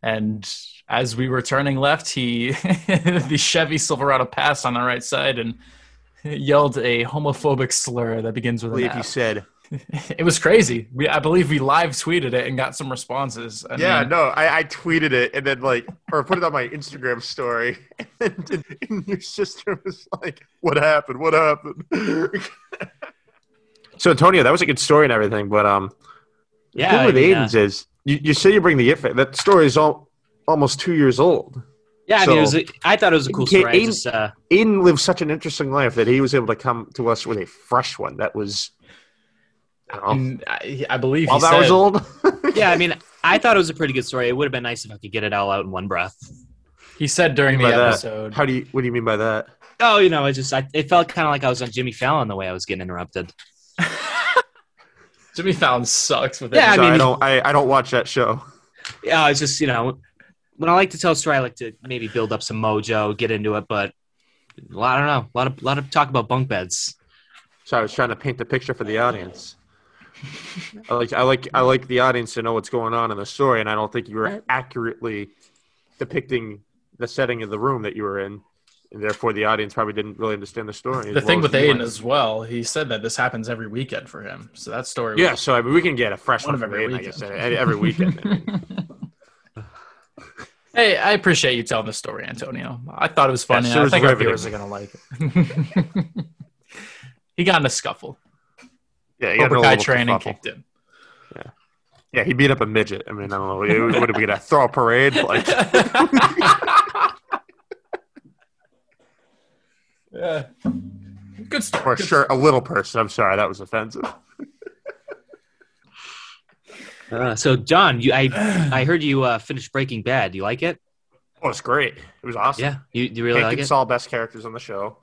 Speaker 2: And as we were turning left, he, the Chevy Silverado passed on the right side and yelled a homophobic slur that begins with an
Speaker 4: If you
Speaker 2: F.
Speaker 4: said,
Speaker 2: It was crazy. We, I believe we live tweeted it and got some responses. I
Speaker 4: yeah,
Speaker 2: mean,
Speaker 4: no, I, I tweeted it and then like, or put it on my Instagram story, and, and your sister was like, "What happened? What happened?" so Antonio, that was a good story and everything, but um,
Speaker 3: Yeah, I
Speaker 4: thing with
Speaker 3: mean, uh,
Speaker 4: Aiden's is you, you say you bring the it fa- that story is all, almost two years old.
Speaker 3: yeah. I mean, it was.
Speaker 4: so-
Speaker 3: A, I thought it was a cool
Speaker 4: Okay,
Speaker 3: story. I
Speaker 4: Aiden-
Speaker 3: just, uh,
Speaker 4: Aiden lived such an interesting life that he was able to come to us with a fresh one that was. I don't know,
Speaker 2: And I, I believe he
Speaker 4: Twelve hours
Speaker 2: said-
Speaker 4: old.
Speaker 3: yeah, I mean, I thought it was a pretty good story. It would have been nice if I could get it all out in one breath.
Speaker 2: He said during the
Speaker 4: By that.
Speaker 2: episode.
Speaker 4: How do you? What do you mean by that?
Speaker 3: Oh, you know, I just, I, it felt kind of like I was on Jimmy Fallon the way I was getting interrupted.
Speaker 2: Jimmy Fallon sucks with
Speaker 3: Yeah, I
Speaker 4: So
Speaker 3: mean-
Speaker 4: don't. I, I don't watch that show.
Speaker 3: Yeah, I was just, you know, when I like to tell a story, I like to maybe build up some mojo, get into it, but a lot- I don't know, a lot of, lot of talk about bunk beds.
Speaker 4: So I was trying to paint the picture for the audience. I like. I like. I like the audience to know what's going on in the story, and I don't think you were accurately depicting the setting of the room that you were in, and therefore the audience probably didn't really understand the story.
Speaker 2: the
Speaker 4: as well
Speaker 2: thing
Speaker 4: as
Speaker 2: with
Speaker 4: you
Speaker 2: Aiden
Speaker 4: might.
Speaker 2: as well, he said that this happens every weekend for him. So that story. was-
Speaker 4: Yeah, so I mean, we can get a fresh
Speaker 2: One
Speaker 4: one,
Speaker 2: of
Speaker 4: from
Speaker 2: every
Speaker 4: Aiden, I
Speaker 2: weekend.
Speaker 4: guess, every every weekend.
Speaker 2: Hey, I appreciate you telling the story, Antonio. I thought it was
Speaker 4: Yeah,
Speaker 2: funny.
Speaker 4: so
Speaker 2: I
Speaker 4: was
Speaker 2: think our
Speaker 4: riveting.
Speaker 2: viewers are gonna like it. he got in a scuffle.
Speaker 4: yeah, he got
Speaker 2: Cobra
Speaker 4: in a
Speaker 2: Kai
Speaker 4: little
Speaker 2: training
Speaker 4: kerfuffle.
Speaker 2: kicked him.
Speaker 4: Yeah, he beat up a midget. I mean, I don't know. What what are we gonna throw a parade? Like,
Speaker 2: yeah. Good story.
Speaker 4: or
Speaker 2: good
Speaker 4: sure, a little person. I'm sorry, that was offensive.
Speaker 3: Uh, so, John, you, I, I heard you uh, finished Breaking Bad. You like it?
Speaker 4: Oh, it's great. It was awesome.
Speaker 3: Yeah, you, you really
Speaker 4: Hank
Speaker 3: like
Speaker 4: and
Speaker 3: it?
Speaker 4: Saul best characters on the show.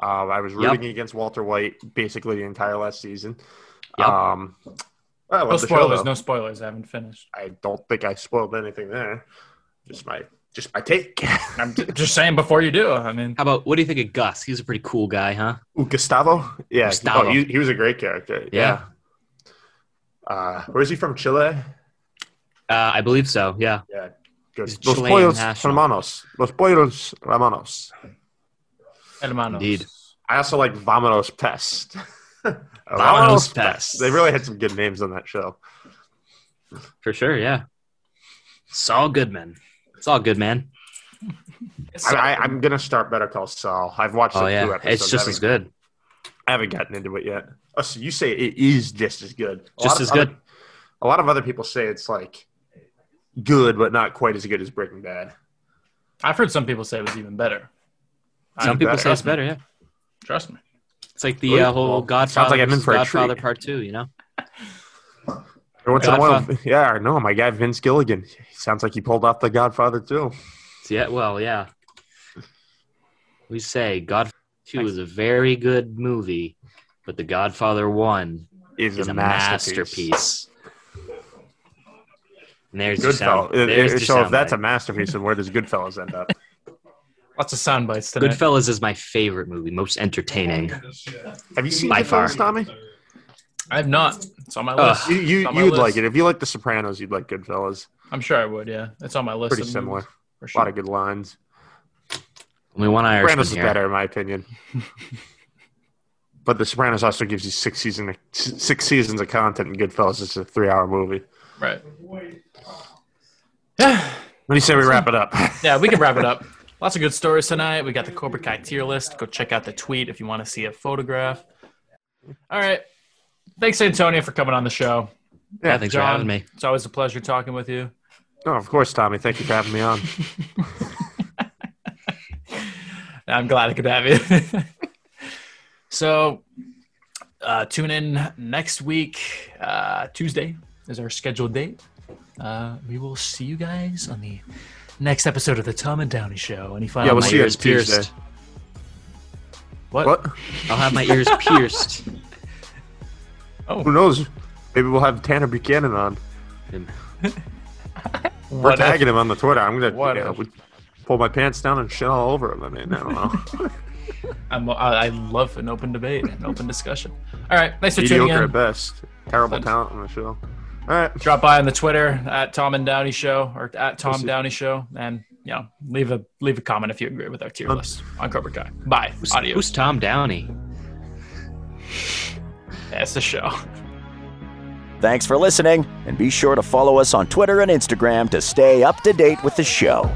Speaker 4: Um, I was
Speaker 3: Yep.
Speaker 4: rooting against Walter White basically the entire last season.
Speaker 3: Yep.
Speaker 4: Um, I love
Speaker 2: No
Speaker 4: the show,
Speaker 2: spoilers.
Speaker 4: though.
Speaker 2: no spoilers. I haven't finished.
Speaker 4: I don't think I spoiled anything there. Just my just my take.
Speaker 2: I'm j- just saying before you do. I mean,
Speaker 3: How about, what do you think of Gus? He's a pretty cool guy, huh?
Speaker 4: Ooh, Gustavo. Yeah,
Speaker 3: Gustavo.
Speaker 4: Oh, he, he was a great character.
Speaker 3: Yeah.
Speaker 4: yeah. Uh, where is he from? Chile.
Speaker 3: Uh, I believe so, yeah.
Speaker 4: Good.
Speaker 3: He's a
Speaker 4: Los
Speaker 3: Chilean
Speaker 4: Pollos
Speaker 3: national.
Speaker 4: Hermanos. Los Pollos Hermanos.
Speaker 2: hermanos.
Speaker 3: Indeed.
Speaker 4: I also like Vamanos Pest. Oh,
Speaker 3: Vámonos Pest.
Speaker 4: They really had some good names on that show.
Speaker 3: For sure, yeah. Saul Goodman. Saul Goodman.
Speaker 4: I, I, I'm gonna start Better Call Saul. I've watched
Speaker 3: Oh
Speaker 4: like two
Speaker 3: yeah,
Speaker 4: episodes.
Speaker 3: it's just
Speaker 4: I
Speaker 3: as
Speaker 4: haven't-
Speaker 3: good.
Speaker 4: I haven't gotten into it yet. Oh, so you say it is just as good? A
Speaker 3: Just
Speaker 4: lot of
Speaker 3: as good.
Speaker 4: other- a lot of other people say it's like good, but not quite as good as Breaking Bad.
Speaker 2: I've heard some people say it was even better. I-
Speaker 3: Some people
Speaker 4: better.
Speaker 3: say it's better. Yeah,
Speaker 2: Trust me.
Speaker 3: it's like the uh, whole
Speaker 4: Well,
Speaker 3: Godfather.
Speaker 4: sounds like I'm in
Speaker 3: versus
Speaker 4: for a
Speaker 3: Godfather
Speaker 4: treat.
Speaker 3: Part Two. You know,
Speaker 4: Every once in a while, yeah, no, my guy Vince Gilligan. He sounds like he pulled off The Godfather too.
Speaker 3: So, yeah. Well, yeah. We say Godfather Two is a very good movie, but The Godfather One
Speaker 4: Is,
Speaker 3: is a masterpiece. And there's your sound.
Speaker 4: Goodfellas.
Speaker 3: There's your
Speaker 4: So if that's a
Speaker 3: soundbite.
Speaker 4: masterpiece, then where does Goodfellas end up?
Speaker 2: Lots of sound bites tonight.
Speaker 3: Goodfellas is my favorite movie, most entertaining.
Speaker 4: Have you seen
Speaker 3: By far.
Speaker 4: Goodfellas, Tommy?
Speaker 2: I've not. It's on my
Speaker 3: Ugh.
Speaker 2: list.
Speaker 4: You, you
Speaker 2: It's
Speaker 4: you'd
Speaker 2: on my
Speaker 4: like
Speaker 2: list.
Speaker 4: it if you like The Sopranos. You'd like Goodfellas.
Speaker 2: I'm sure I would. Yeah, it's on my list.
Speaker 4: Pretty
Speaker 2: of
Speaker 4: similar.
Speaker 2: movies, For
Speaker 4: A lot
Speaker 2: sure.
Speaker 4: of good lines.
Speaker 3: Only one Irishman
Speaker 4: Sopranos is
Speaker 3: here.
Speaker 4: better, in my opinion. But The Sopranos also gives you six season six seasons of content, and Goodfellas is a three hour movie.
Speaker 2: Right. Yeah.
Speaker 4: Let me say we wrap it up.
Speaker 2: Yeah, we can wrap it up. Lots of good stories tonight. We got the Cobra Kai tier list. Go check out the tweet if you want to see a photograph. All right. Thanks, Antonio, for coming on the show.
Speaker 3: Yeah, thanks for
Speaker 2: John,
Speaker 3: having me.
Speaker 2: It's always a pleasure talking with you.
Speaker 4: Oh, of course, Tommy. Thank you for having me on.
Speaker 2: I'm glad I could have it. so, uh, tune in next week. Uh, Tuesday is our scheduled date. Uh, we will see you guys on the next episode of the Tom and Downey Show. Any final
Speaker 4: Yeah, we'll
Speaker 3: My
Speaker 4: see you
Speaker 3: ears
Speaker 4: guys Tuesday.
Speaker 3: pierced.
Speaker 2: What?
Speaker 4: What?
Speaker 3: I'll have my ears pierced.
Speaker 4: Who knows? Maybe we'll have Tanner Buchanan on. We're
Speaker 2: What if-
Speaker 4: tagging him on the Twitter. I'm gonna
Speaker 2: What
Speaker 4: you know,
Speaker 2: if-
Speaker 4: we- pull my pants down and shit all over him. I mean, I don't know.
Speaker 2: I'm, uh, I I love an open debate and open discussion. All right, thanks for tuning
Speaker 4: Mediocre
Speaker 2: in.
Speaker 4: at best. Terrible
Speaker 2: Fun.
Speaker 4: talent on the show. All right.
Speaker 2: drop by on the Twitter at Tom and Downey Show or at Tom
Speaker 4: Listen.
Speaker 2: Downey Show, and you know, leave a leave a comment if you agree with our tier
Speaker 4: Um,
Speaker 2: list on Cobra Kai. Bye.
Speaker 3: Who's,
Speaker 2: Adios.
Speaker 3: who's Tom Downey?
Speaker 2: That's the show.
Speaker 1: Thanks for listening, and be sure to follow us on Twitter and Instagram to stay up to date with the show.